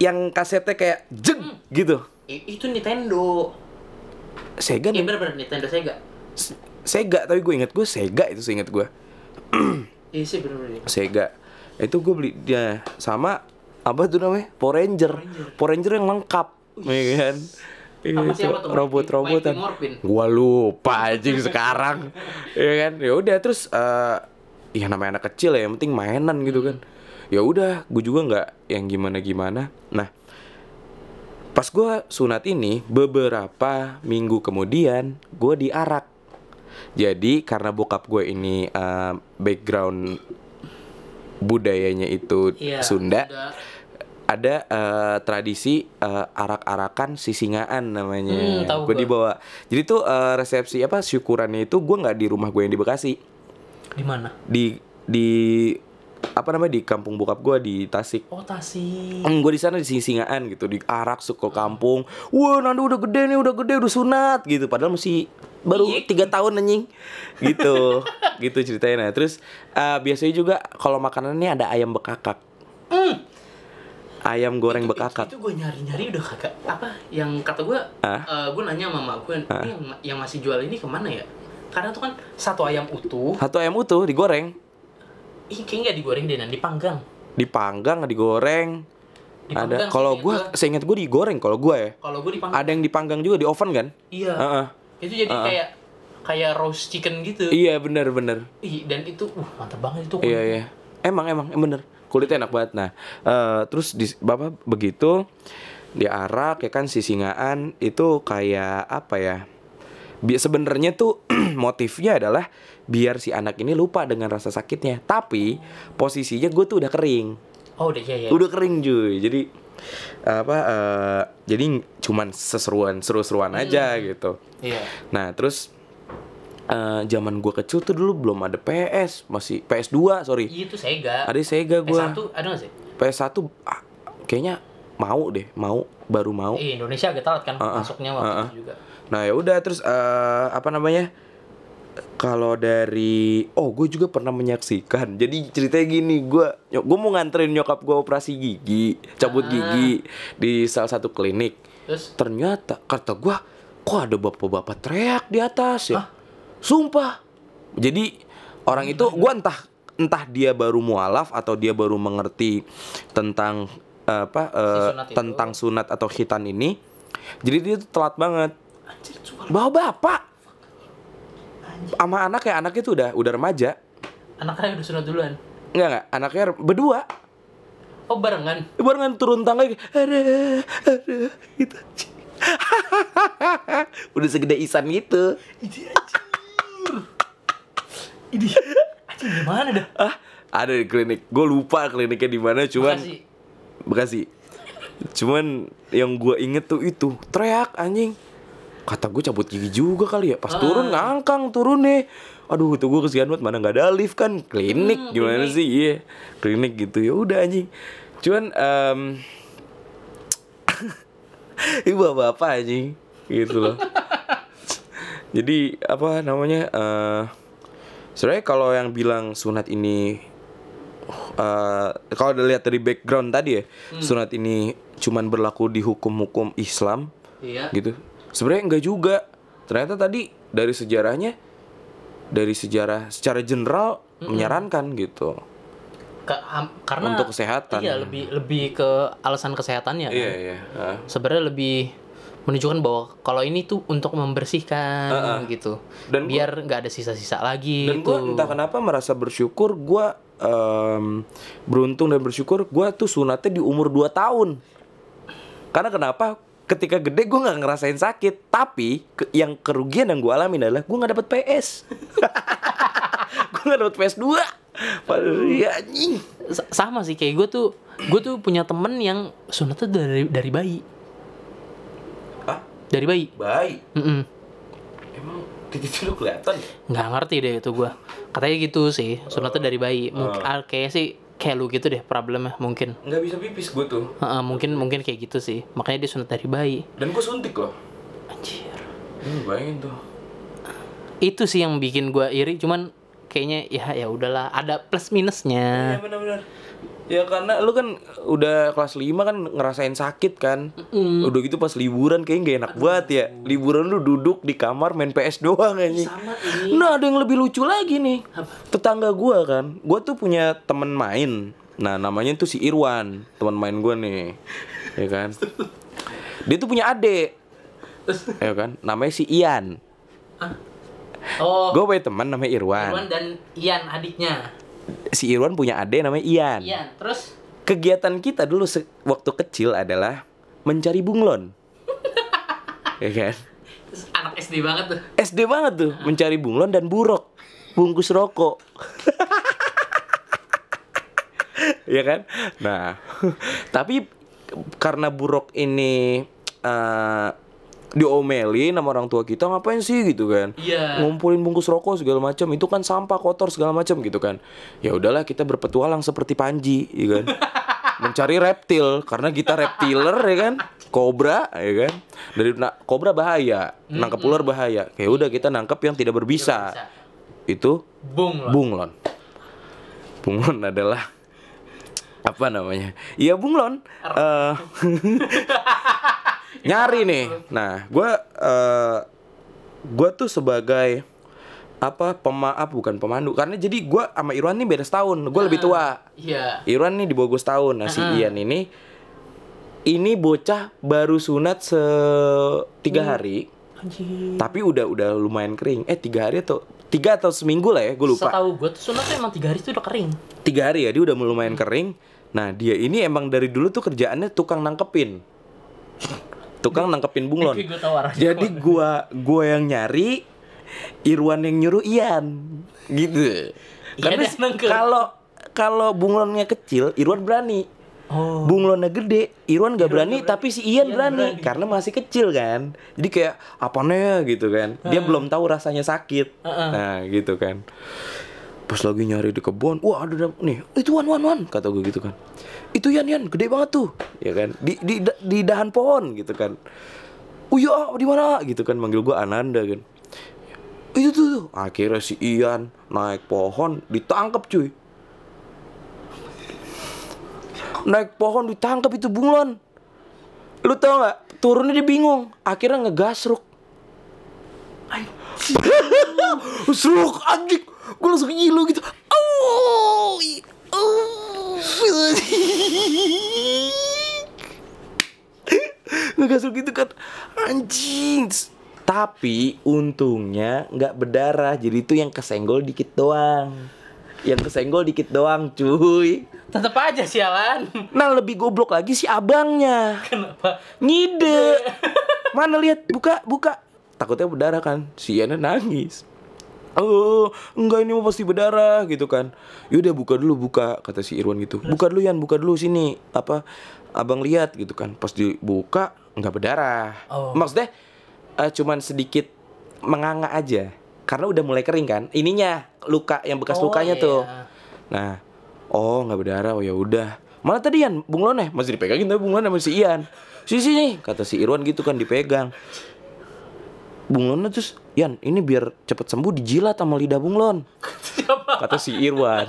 Speaker 2: Yang kasetnya kayak jeng
Speaker 3: Hmm.
Speaker 2: gitu.
Speaker 3: I- itu Nintendo
Speaker 2: Sega
Speaker 3: iya
Speaker 2: nih.
Speaker 3: bener bener Nintendo Sega
Speaker 2: Sega tapi gue inget gue Sega itu seinget gue.
Speaker 3: Iya sih bener-bener.
Speaker 2: Sega itu gue beli dia sama apa tuh namanya Power Ranger Power Ranger yang lengkap ya kan
Speaker 3: Apa sih
Speaker 2: Itu,
Speaker 3: apa tuh?
Speaker 2: robot-robotan
Speaker 3: Mighty Morphin.
Speaker 2: gua lupa anjing *laughs* sekarang ya kan ya udah terus eh ya namanya anak kecil ya yang penting mainan gitu kan ya udah gue juga nggak yang gimana gimana nah pas gua sunat ini beberapa minggu kemudian gua diarak jadi karena bokap gue ini eh, background budayanya itu
Speaker 3: Iya,
Speaker 2: Sunda,
Speaker 3: Sunda.
Speaker 2: ada eh, tradisi eh, arak-arakan sisingaan namanya
Speaker 3: Hmm, tahu
Speaker 2: gue
Speaker 3: gua.
Speaker 2: dibawa jadi tuh eh, resepsi apa syukurannya itu gue nggak di rumah gue yang di Bekasi
Speaker 3: Di mana?
Speaker 2: di di apa namanya di kampung bokap gue di Tasik
Speaker 3: Oh Tasik.
Speaker 2: gue di sana di sisingaan gitu diarak se- ke kampung wah Nando udah gede nih udah gede udah sunat gitu padahal masih baru
Speaker 3: Iya.
Speaker 2: tiga tahun anjing gitu *laughs* gitu ceritanya nah terus eh, biasanya juga kalau makanannya ada ayam bekakak ayam goreng bekakak
Speaker 3: Hmm. Itu gue nyari-nyari udah kagak apa yang kata gue
Speaker 2: Ah.
Speaker 3: gue nanya sama mak gue ini yang, yang masih jual ini kemana ya? Karena tuh kan satu ayam utuh,
Speaker 2: satu ayam utuh digoreng
Speaker 3: ih kayaknya nggak digoreng deh, Nan, dipanggang.
Speaker 2: dipanggang digoreng
Speaker 3: Dipanggang
Speaker 2: ada
Speaker 3: sih iya.
Speaker 2: kalau
Speaker 3: seingat
Speaker 2: gue
Speaker 3: gua.
Speaker 2: seingat gue digoreng kalau gue ya
Speaker 3: Kalau gue dipanggang,
Speaker 2: ada yang dipanggang juga di oven kan
Speaker 3: iya.
Speaker 2: Heeh.
Speaker 3: Itu jadi
Speaker 2: Ah.
Speaker 3: kayak kayak roast chicken gitu.
Speaker 2: iya bener bener
Speaker 3: Ih, dan itu uh mantap banget itu.
Speaker 2: Iya iya. Emang emang em- bener. Kulitnya enak banget. Nah, eh, terus di, bapak begitu diarak ya kan sisingaan itu kayak apa ya? Bi sebenarnya tuh *clears throat* motifnya adalah biar si anak ini lupa dengan rasa sakitnya. Tapi posisinya gue tuh udah kering.
Speaker 3: Oh udah iya iya.
Speaker 2: Udah kering cuy. Jadi apa eh, jadi cuman seseruan seru-seruan aja gitu.
Speaker 3: Iya.
Speaker 2: Nah, terus eh, zaman gue kecil tuh dulu belum ada PS, masih PS2, sorry.
Speaker 3: Iya itu Sega.
Speaker 2: Ada Sega gua.
Speaker 3: S1 ada nggak sih?
Speaker 2: PS1 ah, kayaknya mau deh, mau baru mau.
Speaker 3: Eh, Indonesia agak telat kan
Speaker 2: Ah, ah.
Speaker 3: masuknya waktu
Speaker 2: Ah, ah.
Speaker 3: itu juga.
Speaker 2: Nah, ya udah terus eh, apa namanya? Kalau dari oh gue juga pernah menyaksikan. Jadi ceritanya gini, gue gue mau nganterin nyokap gue operasi gigi, cabut gigi di salah satu klinik.
Speaker 3: Terus
Speaker 2: Ternyata kata gue, kok ada bapak-bapak teriak di atas ya? Sumpah. Jadi orang itu gue entah entah dia baru mualaf atau dia baru mengerti tentang apa eh,
Speaker 3: sunat itu.
Speaker 2: tentang sunat atau khitan ini. Jadi dia tuh telat banget.
Speaker 3: anjir cuma
Speaker 2: Bawa bapak sama anak ya anaknya tuh udah udah remaja.
Speaker 3: anaknya udah sunat duluan.
Speaker 2: Enggak enggak, anaknya re- berdua.
Speaker 3: Oh barengan.
Speaker 2: Barengan turun tangga gitu. Aduh, aduh, gitu. *laughs* udah segede Isan gitu.
Speaker 3: Ini anjir. Ini anjir gimana dah?
Speaker 2: Ah, ada di klinik. Gue lupa kliniknya di mana, cuman
Speaker 3: Makasih.
Speaker 2: Bekasi. Cuman yang gue inget tuh itu teriak anjing. Kata gue cabut gigi juga kali ya. Pas turun ngangkang turun nih. Aduh tuh gue kesian banget mana nggak ada lift kan klinik gimana sih iya klinik gitu ya udah anjing. Cuman em ibu bapak anjing gitu loh. Jadi apa namanya? eh sebenarnya kalau yang bilang sunat ini eh kalau dilihat dari background tadi ya, sunat ini cuman berlaku di hukum-hukum Islam
Speaker 3: Iya.
Speaker 2: gitu. Sebenarnya enggak juga. Ternyata tadi dari sejarahnya dari sejarah secara general menyarankan gitu.
Speaker 3: Ke- ham- karena
Speaker 2: Untuk kesehatan.
Speaker 3: Iya, lebih lebih ke alasan kesehatannya. kan.
Speaker 2: iya.
Speaker 3: Sebenarnya lebih menunjukkan bahwa kalau ini tuh untuk membersihkan gitu.
Speaker 2: Dan gua-
Speaker 3: biar nggak ada sisa-sisa lagi gitu.
Speaker 2: Dan
Speaker 3: tuh.
Speaker 2: gue entah kenapa merasa bersyukur gue beruntung dan bersyukur gue tuh sunatnya di umur 2 tahun. Karena kenapa? Ketika gede gue nggak ngerasain sakit, tapi ke- yang kerugian yang gue alami adalah gue nggak dapet *laughs* PS. gue nggak dapet PS 2 Padahal ya anjing.
Speaker 3: S- sama sih kayak gue tuh gue tuh punya temen yang sunatnya dari dari bayi
Speaker 2: Hah?
Speaker 3: dari bayi
Speaker 2: Baik.
Speaker 3: Mm-mm.
Speaker 2: Emang titik lu kelihatan? ya?
Speaker 3: nggak ngerti deh itu gue katanya gitu sih sunatnya dari bayi mungkin kayak sih kayak lu gitu deh problemnya mungkin
Speaker 2: Nggak bisa pipis gue tuh.
Speaker 3: Heeh, mungkin mungkin kayak gitu sih makanya dia sunat dari bayi
Speaker 2: Dan gue suntik loh.
Speaker 3: anjir
Speaker 2: Hmm, bayangin tuh.
Speaker 3: itu sih yang bikin gue iri cuman kayaknya ya ya udahlah ada plus
Speaker 2: Iya,
Speaker 3: minusnya
Speaker 2: benar-benar. Ya karena lu kan udah kelas 5 kan ngerasain sakit kan. Udah gitu pas liburan kayaknya gak enak banget ya. Liburan lu duduk di kamar main PS doang anjing. Nah, ada yang lebih lucu lagi nih. Tetangga gua kan. Gua tuh punya temen main. Nah, namanya tuh si Irwan, teman main gua nih. Ya kan? Dia tuh punya adik. Ya kan? Namanya si Ian.
Speaker 3: oh
Speaker 2: Gue punya teman namanya
Speaker 3: Irwan
Speaker 2: Irwan.
Speaker 3: dan Ian adiknya
Speaker 2: Si Irwan punya adik namanya Ian.
Speaker 3: Ian terus
Speaker 2: kegiatan kita dulu se- waktu kecil adalah mencari bunglon. ya kan?
Speaker 3: terus anak SD banget tuh
Speaker 2: SD banget tuh mencari bunglon dan buruk bungkus rokok. ya kan? Nah, tapi karena buruk ini eh, diomelin sama orang tua kita ngapain sih gitu kan?
Speaker 3: Iya.
Speaker 2: Ngumpulin bungkus rokok segala macam itu kan sampah kotor segala macam gitu kan. Ya udahlah kita berpetualang seperti Panji, ya
Speaker 3: *laughs*
Speaker 2: kan? Mencari reptil karena kita reptiler ya kan? Kobra ya kan? Dari nah, kobra bahaya, nangkep ular bahaya. Ya udah kita nangkep yang tidak berbisa.
Speaker 3: Tidak
Speaker 2: Itu
Speaker 3: bung loh
Speaker 2: bunglon. Bunglon adalah apa namanya? Iya bunglon. Eh, *laughs* nyari nih. Nah, gua eh, gua tuh sebagai apa pemaaf bukan pemandu karena jadi gua sama Irwan nih beda setahun. Gua lebih tua.
Speaker 3: iya
Speaker 2: Irwan nih di bawah gue setahun. Nah, si Ian ini ini bocah baru sunat se tiga hari. Tapi udah udah lumayan kering. Eh tiga hari atau tiga atau seminggu lah ya, gue lupa.
Speaker 3: setahu gue tuh sunat tuh emang tiga hari tuh udah kering
Speaker 2: Tiga hari ya, dia udah lumayan
Speaker 3: Hmm.
Speaker 2: kering. Nah dia ini emang dari dulu tuh kerjaannya tukang nangkepin, tukang nangkepin bunglon.
Speaker 3: Tapi gue tahu arahnya
Speaker 2: Jadi gua gua yang nyari, Irwan yang nyuruh Ian, gitu.
Speaker 3: Iya
Speaker 2: Karena
Speaker 3: dah, nangkep.
Speaker 2: kalau kalau bunglonnya kecil, Irwan berani.
Speaker 3: oh
Speaker 2: Bunglonnya gede, Irwan gak berani, tapi si Ian, berani, karena masih kecil kan. Jadi kayak apanya gitu kan. Dia belum tahu rasanya sakit. Nah, gitu kan. Pas lagi nyari di kebun, wah ada dap- nih, itu wan wan wan kata gue gitu kan. Itu Ian Ian gede banget tuh, ya kan. Di di di dahan pohon gitu kan. Oh iya, ah, di mana gitu kan manggil gue Ananda kan. Itu tuh, tuh. akhirnya si Ian naik pohon ditangkap cuy. naik pohon ditangkap itu bunglon lu tau nggak turunnya dia bingung akhirnya ngegasruk seruk anjing gue langsung ngilu gitu Au! I- au. ngegasruk gitu kan anjing tapi untungnya nggak berdarah jadi itu yang kesenggol dikit doang yang kesenggol dikit doang cuy
Speaker 3: tetep aja sialan
Speaker 2: Nah lebih goblok lagi si abangnya
Speaker 3: kenapa
Speaker 2: Ngide Mana lihat buka buka Takutnya berdarah kan Si Yana nangis Oh enggak ini mau pasti berdarah gitu kan Yaudah buka dulu buka Kata si Irwan gitu Buka dulu Yan buka dulu sini Apa Abang lihat gitu kan Pas dibuka nggak berdarah
Speaker 3: Oh.
Speaker 2: Maksudnya eh, Cuman sedikit Menganga aja Karena udah mulai kering kan Ininya Luka yang bekas
Speaker 3: Oh,
Speaker 2: lukanya
Speaker 3: iya.
Speaker 2: tuh Nah, oh nggak berdarah, oh ya udah. Mana tadi Ian, Bung Lone masih dipegangin tapi Bung Lone sama si Ian. Sini sini, kata si Irwan gitu kan dipegang. Bung Lone terus, Ian ini biar cepet sembuh dijilat sama lidah Bung Lon. Kata si Irwan.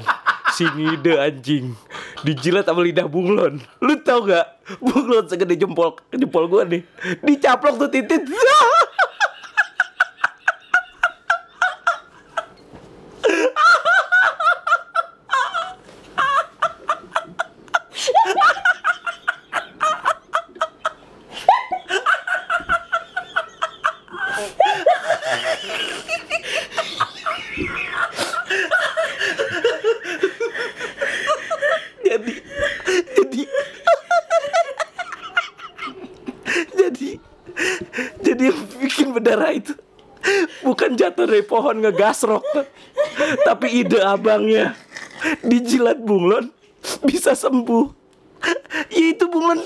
Speaker 2: Si ngide anjing dijilat sama lidah bunglon. Lu tau gak? Bunglon segede jempol jempol gua nih. Dicaplok tuh titit. *laughs* jadi jadi jadi jadi yang bikin berdarah itu bukan jatuh dari pohon ngegasrok tapi ide abangnya dijilat bunglon bisa sembuh yaitu bunglon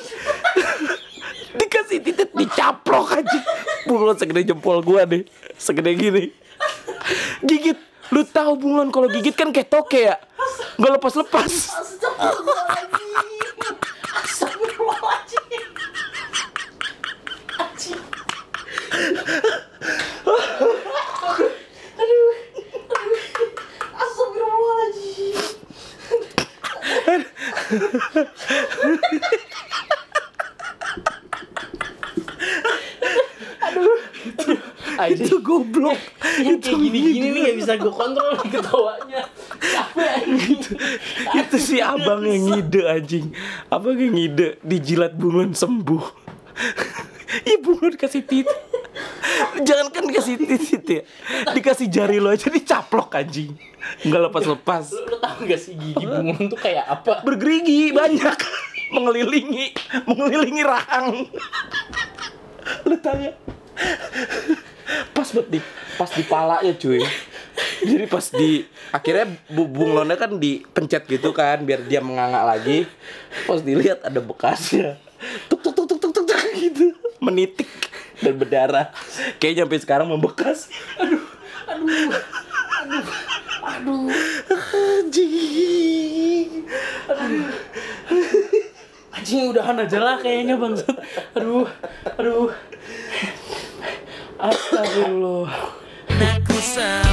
Speaker 2: dikasih titik dicaplok aja bunglon segede jempol gua deh segede gini gigit lu tahu bunglon kalau gigit kan kayak toke ya nggak lepas lepas
Speaker 3: Anjing.
Speaker 2: itu goblok
Speaker 3: *laughs* Yang kayak gini-gini
Speaker 2: gitu.
Speaker 3: nih gak bisa gue kontrol nih ketawanya. Capek anjing.
Speaker 2: itu
Speaker 3: *laughs*
Speaker 2: si abang yang ngide anjing abang yang ngide dijilat bungun sembuh *laughs* Iya bungun kasih
Speaker 3: *laughs*
Speaker 2: titik Jangan kan dikasih titik ya Dikasih jari lo aja dicaplok anjing Nggak lepas-lepas
Speaker 3: Lu, lu tau gak sih gigi bungun tuh kayak apa?
Speaker 2: Bergerigi banyak *laughs* Mengelilingi Mengelilingi rahang Lo tau ya? Pas buat di Pas di palanya cuy jadi pas di akhirnya bu- bunglonnya kan dipencet gitu kan biar dia menganga lagi. Pas dilihat ada bekasnya. Tuk tuk tuk tuk tuk tuk, tuk gitu. Menitik dan berdarah. Kayaknya sampai sekarang membekas. Anjing.
Speaker 3: Anjing udahan aja lah kayaknya bangsat. Aduh, aduh. Astagfirullah.
Speaker 8: Nakusa